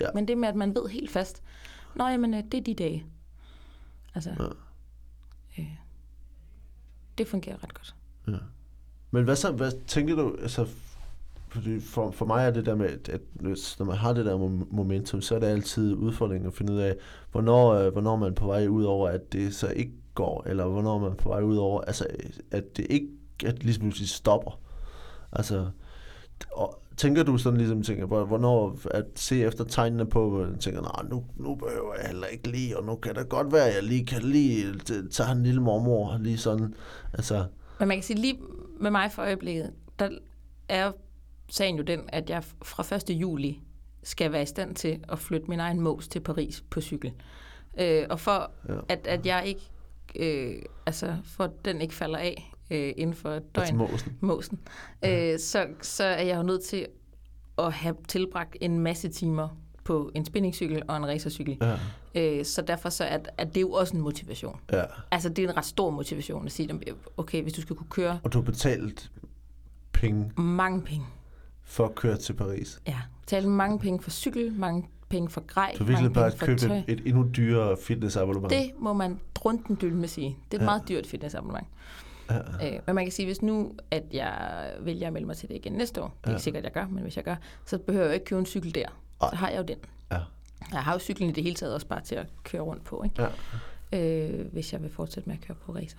Ja. Men det med, at man ved helt fast, nå, jamen, øh, det er de dage. Altså, Ja. øh, det fungerer ret godt. Ja. Men hvad så, hvad tænker du, altså, fordi for, for mig er det der med, at, at hvis- når man har det der mom- momentum, så er det altid udfordringen at finde ud af, hvornår, øh, hvornår man er på vej ud over, at det så ikke går, eller hvornår man er på vej ud over, altså, øh, at det ikke, at det ligesom pludselig stopper. Altså, og tænker du sådan ligesom, tænker, hvor- hvornår at se efter tegnene på, hvor man tænker, nej, nu, nu behøver jeg heller ikke lige, og nu kan det godt være, at jeg lige kan lige øh, tage en lille mormor, lige sådan, altså, Men man kan sige, lige med mig for øjeblikket, der er sagen jo den, at jeg fra 1. juli skal være i stand til at flytte min egen mås til Paris på cykel. Øh, og for Ja. at, at jeg ikke, øh, altså for at den ikke falder af øh, inden for et altså døgn, måsen. Måsen. Øh, så, så er jeg jo nødt til at have tilbragt en masse timer på en spinningcykel og en racercykel. Ja. Øh, så derfor så er, er det jo også en motivation. Ja, Altså, det er en ret stor motivation at sige, okay, hvis du skal kunne køre og du har betalt penge mange penge, for at køre til Paris. ja, tale mange penge for cykel, mange penge for grej, Du har mange virkelig bare penge for købt tøj. et, et endnu dyrere fitnessabonnement. Det må man drunten dylle med sige. Det er et Ja. ja. meget dyrt fitnessabonnement. Ja. Øh, men man kan sige, hvis nu, at jeg vælger at melde mig til det igen næste år, det er Ja. ikke sikkert, at jeg gør, men hvis jeg gør, så behøver jeg jo ikke købe en cykel der. Så Ej. har jeg jo den. Ja. Jeg har jo cyklen i det hele taget også bare til at køre rundt på, ikke? Øh, hvis jeg vil fortsætte med at køre på racer.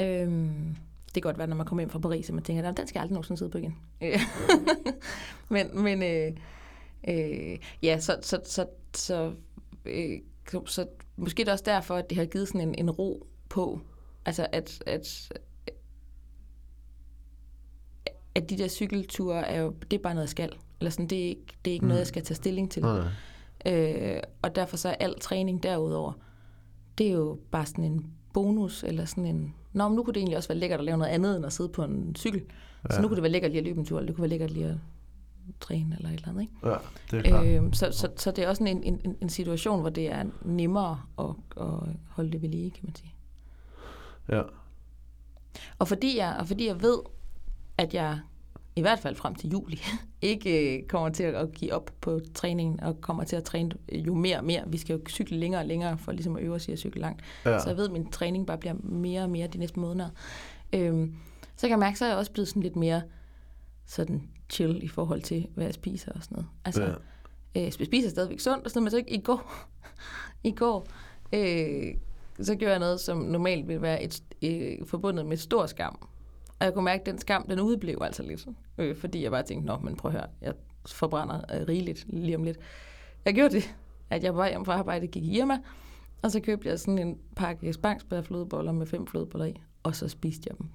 Øhm, det kan godt være, når man kommer hjem fra Paris, at man tænker, "Nå, den skal jeg aldrig nogensinde sidde på igen. Øh, men men øh, øh, ja, så, så, så, så, øh, så, så måske er det også derfor, at det har givet sådan en, en ro på, altså at, at, at de der cykelture, er jo, det er bare noget, jeg skal. Eller sådan, det er ikke, det er ikke mm. noget, jeg skal tage stilling til. Nej. Øh, og derfor så er al træning derudover, det er jo bare sådan en bonus, eller sådan en... Nå, men nu kunne det egentlig også være lækkert at lave noget andet, end at sidde på en cykel. Ja. Så nu kunne det være lækkert lige at løbe en tur, eller det kunne være lækkert lige at træne, eller et eller andet, ikke? Ja, det er klart. Øh, Øh, så, så, så det er også sådan en, en, en situation, hvor det er nemmere at, at holde det ved lige, kan man sige. ja. Og fordi jeg, og fordi jeg ved, at jeg i hvert fald frem til juli, ikke øh, kommer til at give op på træningen, og kommer til at træne jo mere og mere. Vi skal jo cykle længere og længere, for ligesom at øve os i at cykle langt. Ja. Så jeg ved, at min træning bare bliver mere og mere de næste måneder. Øhm, så kan jeg mærke, så er jeg også blevet sådan lidt mere sådan chill i forhold til, hvad jeg spiser og sådan noget. Altså, Ja. øh, jeg spiser stadigvæk sundt og sådan noget, men så ikke i går. I går, øh, så gjorde jeg noget, som normalt ville være et, øh, forbundet med stor skam. Og jeg kunne mærke, at den skam, den udeblev altså lidt. Øh, fordi jeg bare tænkte, nå, men prøv at høre, jeg forbrænder øh, rigeligt lige om lidt. Jeg gjorde det, at jeg var hjem fra arbejde, gik i Irma, og så købte jeg sådan en pakke spangsbær flødeboller med fem flødeboller i, og så spiste jeg dem.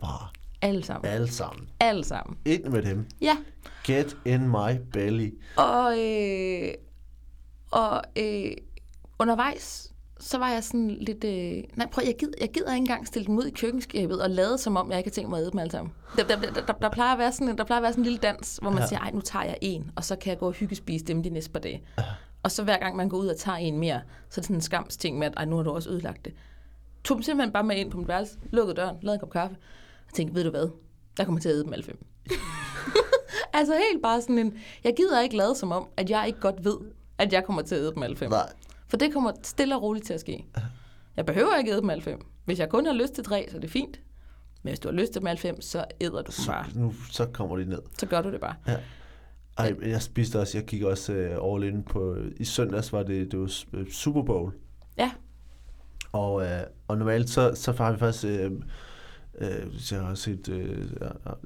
Bare Alle sammen. alle sammen. Alle sammen. Ind med dem. Ja, Get in my belly. Og, øh, og øh, undervejs, så var jeg sådan lidt... Øh, nej, prøv, jeg gider, jeg gider ikke engang stille dem ud i køkkenskabet og lade som om, jeg ikke har tænkt mig at æde dem alle sammen. Der, der, der, der, der, plejer at være sådan, en- der plejer at være sådan en lille dans, hvor man Ja. ja. siger, ej, nu tager jeg en, og så kan jeg gå og hyggespise dem de næste par dage. Og så hver gang man går ud og tager en mere, så er det sådan en skamsting med, at ej, nu har du også ødelagt det. Tog dem simpelthen bare med ind på mit værelse, lukkede døren, lavede en kop kaffe, og tænkte, ved du hvad, der kommer til at æde dem alle fem. Altså helt bare sådan en, jeg gider ikke lade som om, at jeg ikke godt ved, at jeg kommer til at æde dem alle fem. Nej. For det kommer stille og roligt til at ske. Jeg behøver ikke æde dem alle fem. Hvis jeg kun har lyst til tre, så er det fint. Men hvis du har lyst til dem alle fem, så æder du dem Så, bare. nu, så kommer de ned. Så gør du det bare. Ej, men jeg spiste også, jeg gik også øh, all in på, i søndags var det, det var s- øh, Super Bowl, Ja, og, øh, og normalt så, så har vi faktisk, øh, øh, hvis jeg har set øh,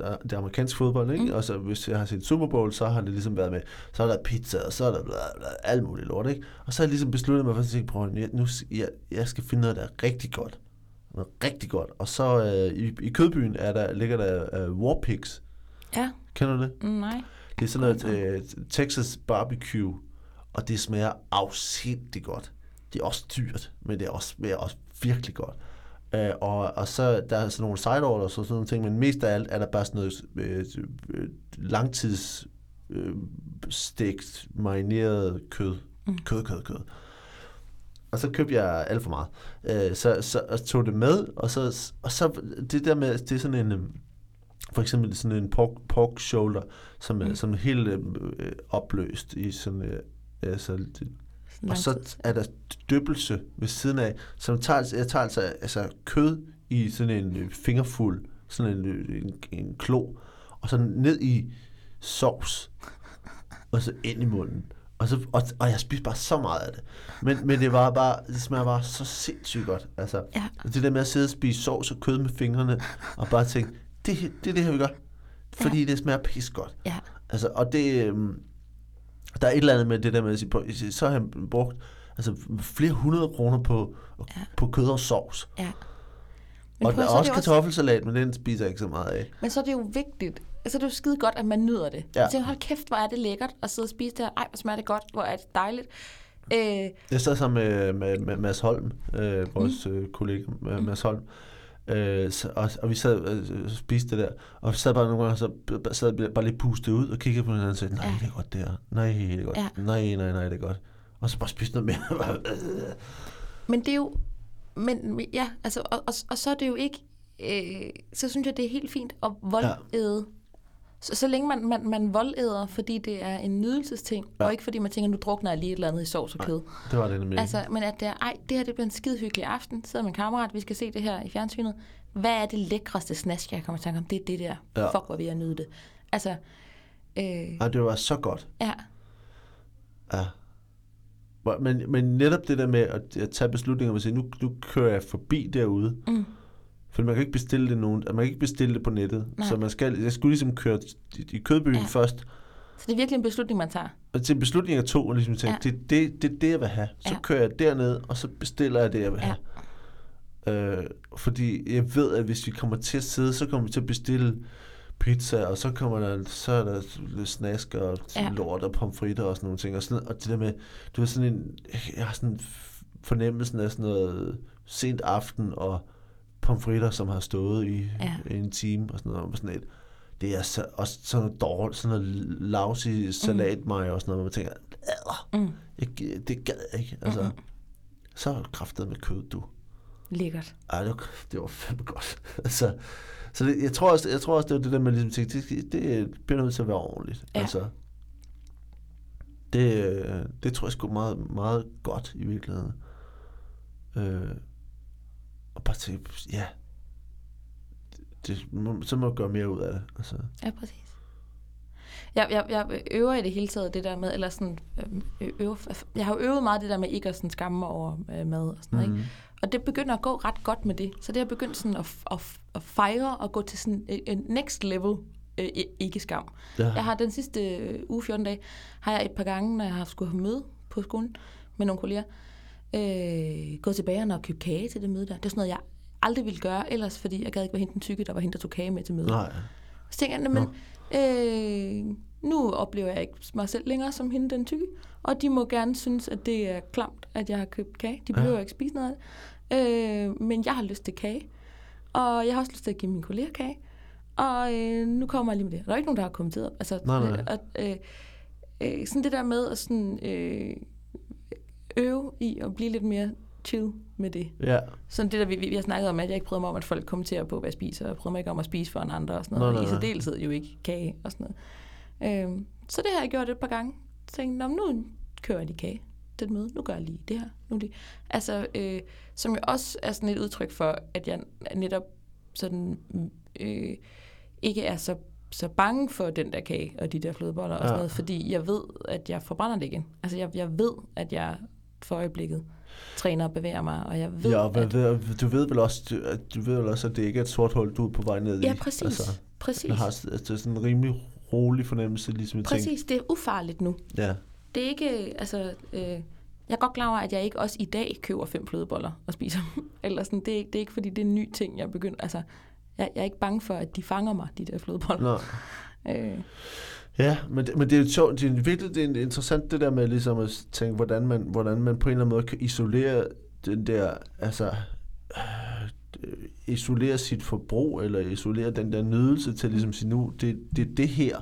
ja, det er amerikansk fodbold, ikke? Mm. og så hvis jeg har set Super Bowl, så har det ligesom været med, så er der pizza, og så er der bla, bla, alt muligt lort, ikke? og så har jeg ligesom besluttet mig for at tænke, prøv, at høre, jeg, nu, s- jeg, jeg skal finde noget, der er rigtig godt, noget rigtig godt, og så øh, i, i Kødbyen er der, ligger der øh, War Pigs, ja, kender du det? mm, nej. Det er sådan noget øh, Texas barbecue, og det smager afsindig godt. Det er også dyrt, men det er også, smager også virkelig godt. Øh, og, og så der er sådan nogle side orders og sådan nogle ting, men mest af alt er der bare sådan noget øh, øh, langtids øh, stegt, marineret kød. Mm. Kød, kød, kød. Og så købte jeg alt for meget. Øh, så, så og tog det med, og så, og så det der med, det er sådan en, øhm, for eksempel sådan en pork, pork shoulder, som, mm. som er helt øh, øh, opløst i sådan, øh, altså, det, Sådan og lang så tid. er der døbelse ved siden af, som tager, altså- jeg tager altså, altså kød i sådan en øh, fingerfuld, sådan en, øh, en, en klo, og så ned i sovs, og så ind i munden. Og, så, og, og jeg spiste bare så meget af det. Men, men det var bare, det smager bare så sindssygt godt. Altså, Ja. Det der med at sidde og spise sovs og kød med fingrene, og bare tænke, det, det er det her, vi gør. Fordi ja. det smager pis godt. Ja, Altså, og det, øhm, der er et eller andet med det der med at sige, prøv, så har han brugt altså, flere hundrede kroner på, ja. på kød og sovs. ja. Men og der prøv, er så er også det kartoffelsalat, men den spiser jeg ikke så meget af. Men så er det jo vigtigt. Altså, det er jo skide godt, at man nyder det. Ja. Ja. Så hold kæft, hvor er det lækkert at sidde og spise det her. Ej, hvor smager det godt. Hvor er det dejligt. Øh, Jeg sad sammen med, med, med Mads Holm, øh, vores øh, kollega øh, Mads Holm, øh, så, og, og vi sad og øh, spiste det der, og vi sad bare nogle gange, og så b- sad vi bare lidt pustet ud og kiggede på hinanden og sagde, nej, det er godt det her, nej, det er godt, Ja. nej, nej, nej, det er godt. Og så bare spiste noget mere. Men det er jo... Men ja, altså, og, og, og så er det jo ikke... Øh, så synes jeg, det er helt fint at voldæde. Så, så længe man, man, man voldæder, fordi det er en nydelsesting, ja. og ikke fordi man tænker, nu drukner jeg lige et eller andet i sovs og kød. det var det nemlig. Altså, Altså, men at det er, ej, det her det bliver en skide hyggelig aften. Sidder med en kammerat, vi skal se det her i fjernsynet. Hvad er det lækreste snask, jeg kommer i tanke om? Det er det der. Ja. Ja. Fuck, hvor vi har nyde det. Altså, øh, Ej, det var så godt. ja, Ja. Hvor- Men, men netop det der med at, at tage beslutninger og sige, nu, nu kører jeg forbi derude. Mm. For man kan ikke bestille det nogen, man kan ikke bestille det på nettet. Nej. Nej. Så man skal, jeg skulle ligesom køre i, i kødbyen ja. Ja. først. så det er virkelig en beslutning, man tager. Og til beslutninger to, og ligesom tænke, ja. Ja. det, det, det er det, jeg vil have. Så ja. Ja. kører jeg derned, og så bestiller jeg det, jeg vil have. Ja. Øh, fordi jeg ved, at hvis vi kommer til at sidde, så kommer vi til at bestille pizza, og så kommer der, så er der lidt snask og ja. Ja. lort og pomfritter og sådan nogle ting. Og, sådan, og det der med, du har sådan en, jeg har sådan fornemmelsen af sådan noget sent aften og pomfritter, som har stået i ja. Ja. øh, en time og sådan noget. Og sådan et, det er så, også sådan noget dårligt, sådan noget lousy salatmej og sådan noget, hvor man tænker, "Adr, Mm. jeg, gi- det gad jeg ikke. Altså, mm-hmm. Så er du kraftet med kød, du. Lækkert. Ej, det var, det var fandme godt. altså, Så det, jeg, tror også, jeg tror også, det var det der med, ligesom, tænkte, det, skal- det bliver nødt til at være ordentligt. Ja. Altså, det, øh, det tror jeg sgu meget, meget godt i virkeligheden. Øh, og bare tænke, ja, det, må- så må jeg gøre mere ud af det. Altså. Ja, præcis. Jeg, jeg, jeg øver i det hele taget det der med, eller sådan, øhm, ø- øver, jeg har jo øvet meget det der med ikke at sådan skamme mig over øh, mad og sådan noget, mm. ikke? Og det begynder at gå ret godt med det. Så det har begyndt sådan at, f- at, f- at fejre og gå til sådan øh, en next level øh, i- ikke skam. Ja. Jeg har den sidste øh, uge, 14 dage, har jeg et par gange, når jeg har skulle have møde på skolen med nogle kolleger, øh, gået til bageren og købt kage til det møde der. Det er sådan noget, jeg aldrig ville gøre ellers, fordi jeg gad ikke være hende den tykke, der var hende, der tog kage med til mødet. Nej. Så tænker jeg, men øh, nu oplever jeg ikke mig selv længere som hende, den tykke. Og de må gerne synes, at det er klamt, at jeg har købt kage. De behøver ja. ikke spise noget af det. Øh, men jeg har lyst til kage. Og jeg har også lyst til at give mine kolleger kage. Og øh, nu kommer jeg lige med det. Der er ikke nogen, der har kommenteret. Altså, Nej, nej. At, øh, øh, sådan det der med at sådan, øh, øve i at blive lidt mere chill med det. Ja. Sådan det der, vi, vi, vi har snakket om, at jeg ikke bryder mig om, at folk kommenterer på, hvad jeg spiser, og jeg bryder mig ikke om at spise for en andre og sådan noget. Nå, I nej, nej. særdeleshed jo ikke kage og sådan noget. Øhm, så det har jeg gjort et par gange. Tænkte, Nå, men nu kører jeg lige kage det møde. Nu gør jeg lige det her. Nu lige. Altså, øh, som jo også er sådan et udtryk for, at jeg netop sådan øh, ikke er så, så bange for den der kage og de der flødeboller og sådan Ja. noget, fordi jeg ved, at jeg forbrænder det igen. Altså, jeg, jeg ved, at jeg for øjeblikket træner og bevæger mig, og jeg ved, Ja, og hvad, at ved, du ved vel også, du, at du ved vel også, at det ikke er et sort hul, du er på vej ned i. Ja, præcis. Altså, præcis. Jeg har s- altså, sådan en rimelig rolig fornemmelse, ligesom jeg tænkte. præcis. Det er ufarligt nu. Ja, Det er ikke, altså, øh, jeg er godt klar over, at jeg ikke også i dag køber fem flødeboller og spiser dem. Eller sådan, det er, ikke- det er ikke, fordi det er en ny ting, jeg begynder. Altså, jeg, jeg er ikke bange for, at de fanger mig, de der flødeboller. nå. Øh, Ja, men det, men det er jo sjovt, det er en- virkelig det er en- interessant det der med ligesom at tænke, hvordan man, hvordan man på en eller anden måde kan isolere den der, altså øh, isolere sit forbrug, eller isolere den der nydelse til ligesom at sige, nu, det, det er det her,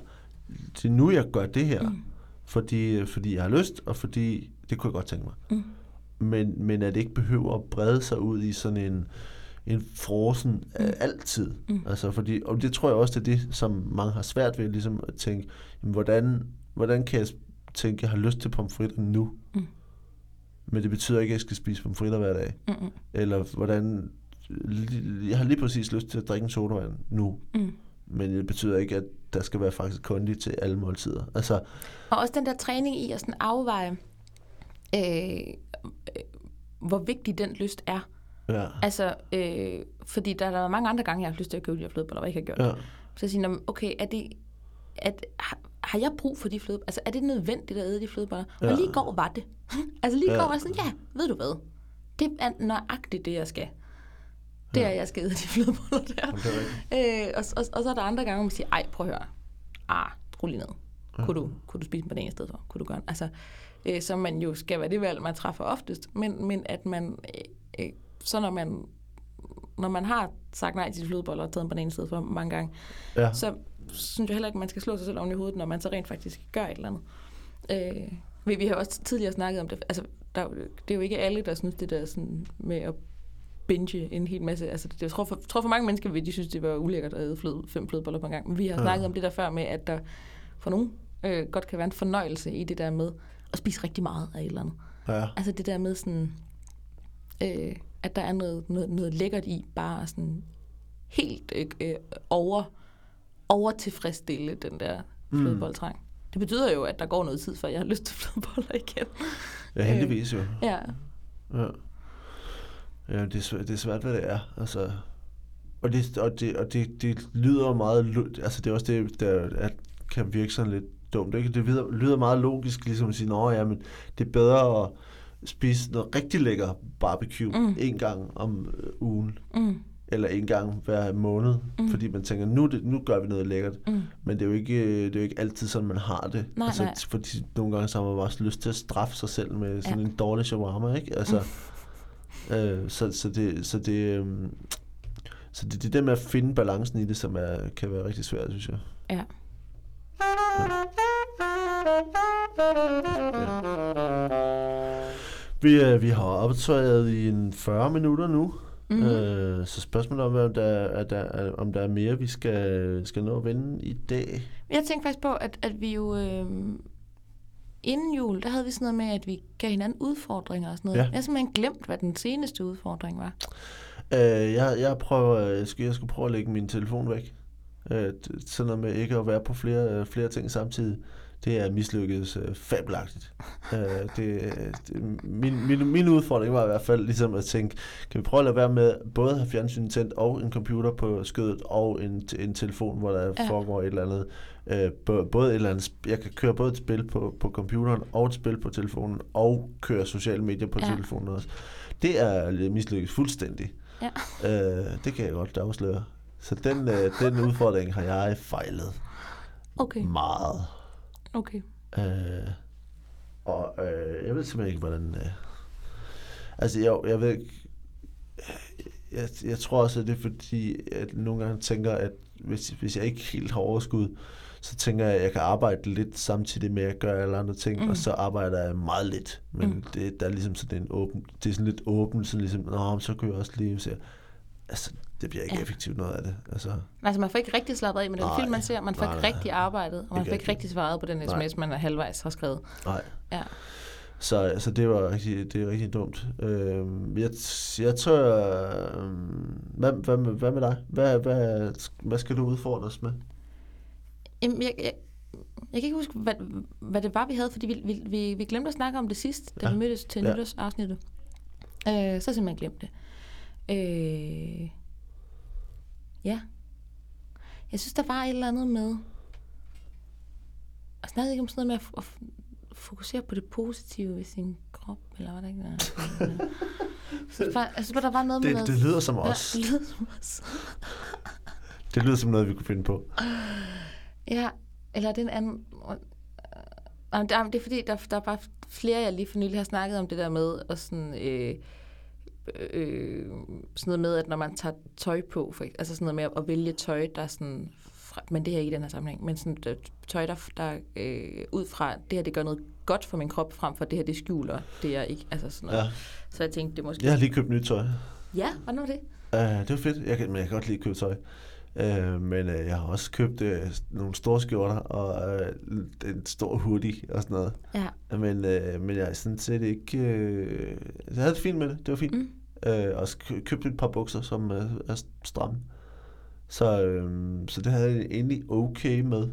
det er nu, jeg gør det her, mm. fordi, fordi jeg har lyst, og fordi, det kunne jeg godt tænke mig. Mm. Men, men at det ikke behøver at brede sig ud i sådan en, en frosen mm. altid. Mm. Altså fordi, og det tror jeg også, det er det, som mange har svært ved, ligesom at tænke, jamen, hvordan, hvordan kan jeg s- tænke, jeg har lyst til pomfritter nu? Mm. Men det betyder ikke, at jeg skal spise pomfritter hver dag. mm, mm, Eller hvordan, li- jeg har lige præcis lyst til at drikke en sodavand nu. mm. Men det betyder ikke, at der skal være faktisk kondi til alle måltider. Altså, Og også den der træning i at sådan afveje, øh, øh, hvor vigtig den lyst er. ja. Altså, øh, fordi der, der er mange andre gange, jeg har haft lyst til at købe de her flødeboller, hvor jeg ikke har gjort ja. Så siger jeg, okay, er det, at, har, har jeg brug for de flødeboller? Altså, er det nødvendigt at æde de flødeboller? Ja. Ja. Og lige i går var det. altså, lige i Ja. går var jeg sådan, ja, ved du hvad? Det er nøjagtigt det, jeg skal. Det er, jeg skal æde de flødeboller der. er rigtigt. Øh, og, og, og, så er der andre gange, hvor man siger, ej, prøv at høre. Ah, skru lige ned. Kunne du, kunne du spise en banan i stedet for? Kunne du gøre en-" Altså, øh, som man jo skal være det valg, man træffer oftest. Men, men at man, øh, øh, så når man, når man har sagt nej til de flødeboller og taget en banan i stedet for mange gange, ja. så synes jeg heller ikke, man skal slå sig selv oven i hovedet, når man så rent faktisk gør et eller andet. Øh, vi, vi har også tidligere snakket om det. Altså, der, er jo- det er jo ikke alle, der synes det der sådan med at binge en hel masse. Altså, det, jeg tror for, tror for mange mennesker, vil de synes, det var ulækkert at æde fløde, fem flødeboller på en gang. Men vi har snakket om det der før med, at der for nogen øh, godt kan være en fornøjelse i det der med at spise rigtig meget af et eller andet. ja. Altså det der med sådan, øh, at der er noget, noget, noget lækkert i, bare at sådan helt øh, øh, over, over tilfredsstille den der flødeboldtrang. Det betyder jo, at der går noget tid, før jeg har lyst til flødeboller igen. ja, heldigvis jo. ja, Ja. Ja, det er, svæ- det er svært, hvad det er. Altså, og det, og det, og det, det lyder jo meget... lo- Altså, det er også det, der at kan virke sådan lidt dumt. Ikke? Det lyder, lyder meget logisk, ligesom at sige, Nå, ja, men det er bedre at spise noget rigtig lækker barbecue mm. en gang om øh, ugen. Mm. Eller en gang hver måned. Mm. Fordi man tænker, nu, er det, nu gør vi noget lækkert. Mm. Men det er, jo ikke, øh, det er jo ikke altid sådan, man har det. Nej, altså, nej. Fordi nogle gange så har man bare også lyst til at straffe sig selv med sådan ja. en dårlig shawarma, ikke? Altså, Mm. øh, så, så, det, så, det, øh, så det, det der med at finde balancen i det, som er, kan være rigtig svært, synes jeg. ja. Vi, øh, vi har optaget i en 40 minutter nu. Mhm. Mm-hmm. Øh, så spørgsmålet om, om der, er, der, er, om der er mere, vi skal, skal nå at vende i dag. Jeg tænkte faktisk på, at, at vi jo... Øh, inden jul, der havde vi sådan noget med, at vi gav hinanden udfordringer og sådan noget. Ja. Ja. Jeg har simpelthen glemt, hvad den seneste udfordring var. Øh, jeg, jeg, prøver, jeg, skal, jeg skal prøve at lægge min telefon væk. Øh, t- sådan noget med ikke at være på flere, øh, flere ting samtidig. Det er mislykkedes øh, fabelagtigt. Øh, det, øh, det, min, min, min udfordring var i hvert fald ligesom at tænke, kan vi prøve at lade være med både at have fjernsynet tændt og en computer på skødet og en, en telefon, hvor der Ja. ja. foregår et eller andet. Øh, bå- både et eller andet, sp- jeg kan køre både et spil på, på computeren og et spil på telefonen og køre sociale medier på Ja. ja. telefonen også. Det er mislykkes fuldstændig. Ja. Øh, det kan jeg godt afsløre. Så den, øh, den udfordring har jeg fejlet Okay, meget. okay. Øh, og øh, jeg ved simpelthen ikke, hvordan... Øh, altså, jeg, jeg ved ikke... Jeg, jeg tror også, at det er fordi, at nogle gange tænker, at hvis, hvis jeg ikke helt har overskud, så tænker jeg, at jeg kan arbejde lidt samtidig med at gøre alle andre ting, Mm. mm. og så arbejder jeg meget lidt. Men Mm. mm. det, der er ligesom sådan en åben, det er sådan lidt åbent, sådan ligesom, Nå, men så kan jeg også lige se. Altså, det bliver ikke Ja. ja. effektivt noget af det. Altså, Altså, man får ikke rigtig slappet af med den Nej, film, man ser. Man får nej, ikke nej. rigtig arbejdet, og man Ikke får ikke rigtig. rigtig svaret på den Nej. sms, man er halvvejs har skrevet. Nej. Ja. Så, så det var rigtig, det er rigtig dumt. Øhm, jeg, jeg tør... Øhm, hvad, hvad, med, hvad med dig? Hvad, hvad, hvad skal du udfordres med? Jamen, jeg, jeg, jeg kan ikke huske, hvad, hvad det var, vi havde, fordi vi, vi, vi, vi glemte at snakke om det sidst, da ja. Ja. vi mødtes til Ja. ja. nytårsafsnittet. Øh, så har jeg simpelthen glemt det. Øh, ja. Jeg synes, der var et eller andet med... Og snakkede ikke om sådan noget med at, f- at f- fokusere på det positive i sin krop, eller hvad der ikke var. Jeg synes bare, jeg synes bare, der var noget med Det, noget... det lyder som Ja, os. det lyder som os. Det lyder som noget, vi kunne finde på. Ja, eller den anden... Øh, jamen, det, jamen, det er fordi, der, der er bare flere, jeg lige for nylig har snakket om det der med, og sådan, øh, øh, sådan noget med, at når man tager tøj på, for, ek- altså sådan noget med at, at vælge tøj, der er sådan, fra, men det her ikke i den her sammenhæng, men sådan øh, tøj, der, der øh, ud fra, det her det gør noget godt for min krop, frem for det her det skjuler, det jeg ikke, altså sådan noget. Ja. Ja. Så jeg tænkte, det er måske... Jeg har lige købt nyt tøj. Ja, hvordan var det? Uh, det var fedt. Jeg kan, men jeg kan godt lide at købe tøj. Uh, men uh, jeg har også købt uh, nogle store skjorter og uh, en stor hoodie og sådan noget. Ja. Men, øh, men jeg er sådan set ikke... Øh, jeg havde det fint med det. Det var fint. Mm. Mm. Øh, og så kø- købte et par bukser, som øh, er stramme. Så, øh, så det havde jeg egentlig okay med.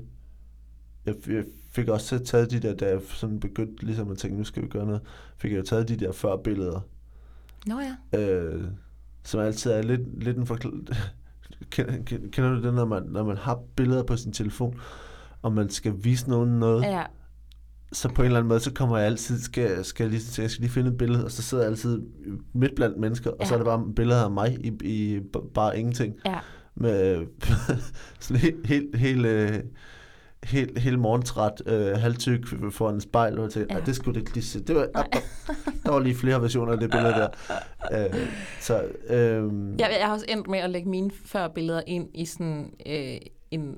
Jeg, f- jeg fik også taget de der, da jeg sådan begyndte ligesom at tænke, nu skal vi gøre noget, fik jeg jo taget de der førbilleder, Nå ja. øh, som altid er lidt, lidt en forkl- kender, kender du det, når man, når man har billeder på sin telefon, og man skal vise nogen noget, Ja, så på en eller anden måde, så kommer jeg altid, skal, skal jeg, lige, så jeg skal lige finde et billede, og så sidder jeg altid midt blandt mennesker, og ja. så Ja. er det bare billeder af mig i, i b- bare ingenting. ja. Med sådan helt, helt, helt, øh, helt, helt morgentræt, øh, halvtyk foran et spejl, og jeg tænkte, Ja. ja. det skulle det ikke lige se. Det var, Nej. der var lige flere versioner af det billede der. Øh, så, øh, Jeg, jeg har også endt med at lægge mine før billeder ind i sådan øh, en,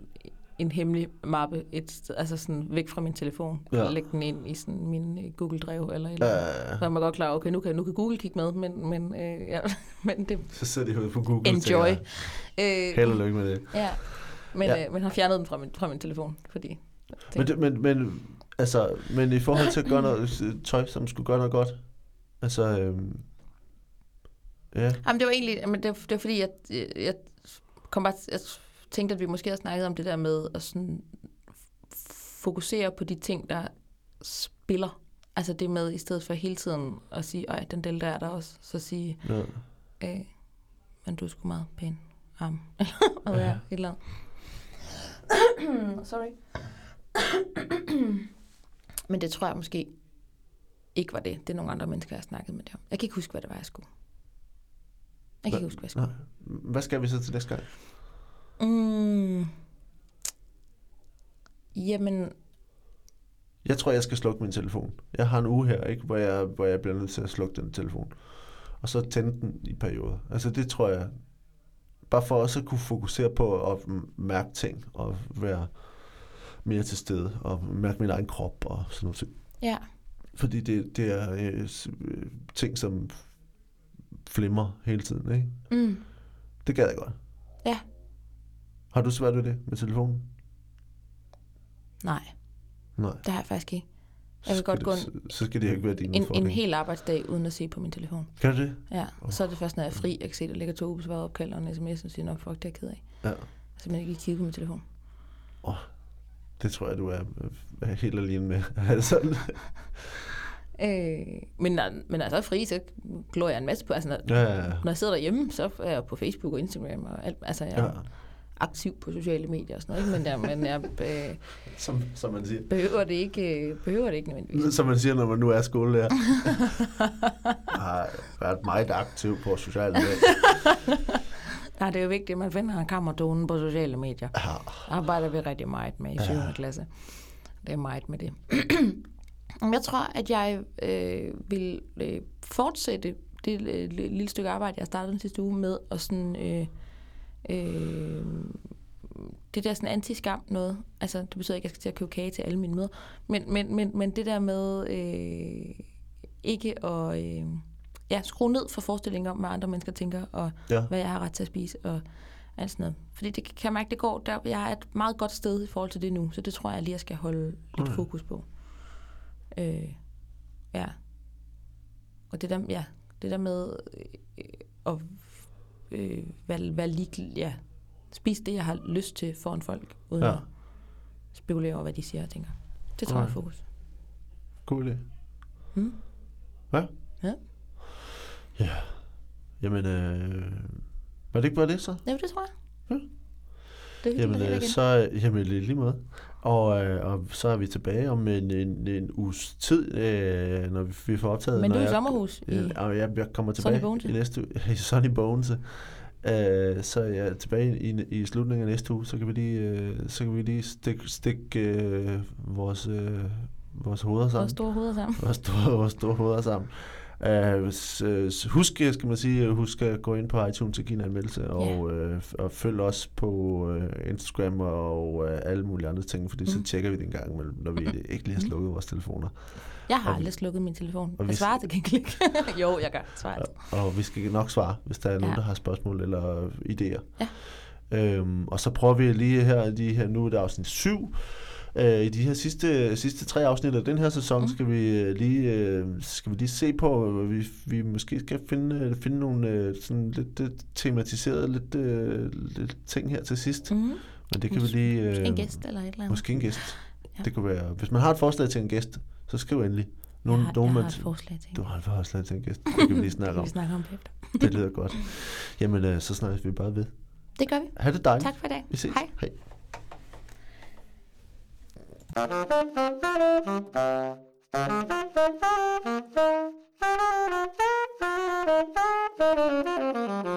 en hemmelig mappe, et, sted, altså sådan væk fra min telefon. Ja. Ja. Lægge den ind i sådan min øh, Google Drive eller et eller andet. øh, Så er man godt klar, over, okay, nu kan, nu kan Google kigge med, men, men, øh, ja, men det så sidder de herude på Google. og enjoy. tænker, Held Øh, og lykke med det. ja. Men, Ja. ja. Øh, men har fjernet den fra min, fra min telefon, fordi... Men, det, men, men, altså, men i forhold til at gøre noget øh, tøj, som skulle gøre noget godt, altså, øhm, ja, Jamen, det var egentlig, men det, var- det var fordi, jeg, jeg- jeg, kom bare, jeg tænkte, at vi måske har snakket om det der med at sådan f- fokusere på de ting, der spiller. Altså det med, i stedet for hele tiden at sige, ej, den del der er der også, så sige, ja. øh, men du er sgu meget pæn arm. og ja. Ja. et eller andet. Sorry. men det tror jeg måske ikke var det. Det er nogle andre mennesker, jeg har snakket med det om. Jeg kan ikke huske, hvad det var, jeg skulle. Jeg kan ikke huske, hvad jeg skulle. Nej. Hvad skal vi så til næste gang? Mm. Jamen, Jeg tror, jeg skal slukke min telefon. Jeg har en uge her, ikke, hvor jeg, hvor jeg bliver nødt til at slukke den telefon. Og så tænde den i perioder. Altså, det tror jeg, bare for også at kunne fokusere på at m- mærke ting, og være mere til stede, og mærke min egen krop, og sådan noget. ja. Fordi det, det er øh, s- øh, ting, som flimmer hele tiden, ikke? Mm. Det gad jeg godt. Ja. Har du svært ved det med telefonen? Nej, Nej. det har jeg faktisk ikke. Så Jeg vil skal godt det- gå en, så- Så skal det ikke være din en, en udfordring. hel arbejdsdag uden at se på min telefon. Kan du det? Ja, og så er det først, når jeg er fri, jeg kan se, der ligger to ubesvarede opkald og en sms, og siger, nå, fuck, det er jeg ked af. Ja. Jeg har simpelthen ikke kigge på min telefon. Det tror jeg, du er, øh, er helt alene med. altså, Øh, men, når, men når jeg så er fri, så glår jeg en masse på. Altså, når, ja, ja, ja. når jeg sidder derhjemme, så er jeg på Facebook og Instagram og alt. Altså, jeg er ja. ja. aktiv på sociale medier og sådan noget, ikke? men, der, men jeg øh, Som, som man siger. behøver, det ikke, øh, behøver det ikke nødvendigvis. Som man siger, når man nu er skolelærer. Jeg har været meget aktiv på sociale medier. Nej, det er jo vigtigt, at man finder kammertonen på sociale medier. Ja. arbejder vi rigtig meget med i 7. Ja. klasse. Det er meget med det. Men Jeg tror, at jeg øh, vil øh, fortsætte det øh, li- lille stykke arbejde, jeg startede den sidste uge med, og sådan... Øh, øh, det der sådan anti-skam noget, altså det betyder ikke, at jeg skal til at købe kage til alle mine møder, men, men, men, men det der med øh, ikke at øh, ja, skrue ned for forestillingen om, hvad andre mennesker tænker, og Ja. hvad jeg har ret til at spise, og alt sådan noget. Fordi det kan jeg mærke, det går. Der, jeg er et meget godt sted i forhold til det nu, så det tror jeg lige, jeg skal holde lidt Mm. fokus på. Øh, ja. Og det der, ja, det der med øh, at øh, være, være ligeglad, ja, spise det, jeg har lyst til foran folk, uden Ja. ja. at spekulere over, hvad de siger og tænker. Det tror jeg er Alright. fokus. God idé. Mm. Hvad? Ja. Ja. Jamen, øh, var det ikke bare det så? Ja, det tror jeg. Ja. Det er Jamen, hyggeligt øh, igen. så, jamen i lige måde. Og, øh, og så er vi tilbage om en, en, en uges tid, øh, når vi, vi får optaget. Men når du er i jeg- sommerhus i... Ja, og jeg, jeg kommer Sonny tilbage Bogense? i næste uge. I Sonny Bones. Øh, så er jeg tilbage i, i slutningen af næste uge, så kan vi lige, øh, så kan vi lige stikke stik, øh, vores, øh, vores hoveder Vores sammen. store hoveder sammen. Vores store, vores store hoveder sammen. Øh, s- øh, s- husk, skal man sige, husk at gå ind på iTunes og give en anmeldelse, og, øh, f- og følg os på øh, Instagram og øh, alle mulige andre ting, fordi så Mm. tjekker vi det en gang imellem, når vi ikke lige har Mm. slukket vores telefoner. Jeg har Og vi- aldrig slukket min telefon. vi- Jeg svarer til gengæld ikke. jo, jeg gør. Svarer altid. Og vi skal nok svare, hvis der er nogen, ja. Ja. der har spørgsmål eller idéer. Ja. Øhm, og så prøver vi lige her, de her nu er det afsnit 7. Øh, I de her sidste, sidste tre afsnit af den her sæson, mm. Mm. skal, vi øh, lige, øh, skal vi lige se på, hvor vi, vi måske skal finde, øh, finde nogle øh, sådan lidt øh, tematiserede lidt, øh, lidt ting her til sidst. Mm. Mm-hmm. Men det kan vi lige... Øh, En gæst eller et eller andet. Måske en gæst. Ja. Ja. Det kunne være, hvis man har et forslag til en gæst, så skriv endelig. Nogen, jeg har, nogen, jeg man, har et forslag til. du har et forslag til en gæst. Det kan vi lige snakke Det om. kan vi snakke om bagefter. Det lyder godt. Jamen, øh, så snakkes vi bare ved. Det gør vi. Ha' det dejligt. Tak for i dag. Vi ses. Hej. Hej. Thank you.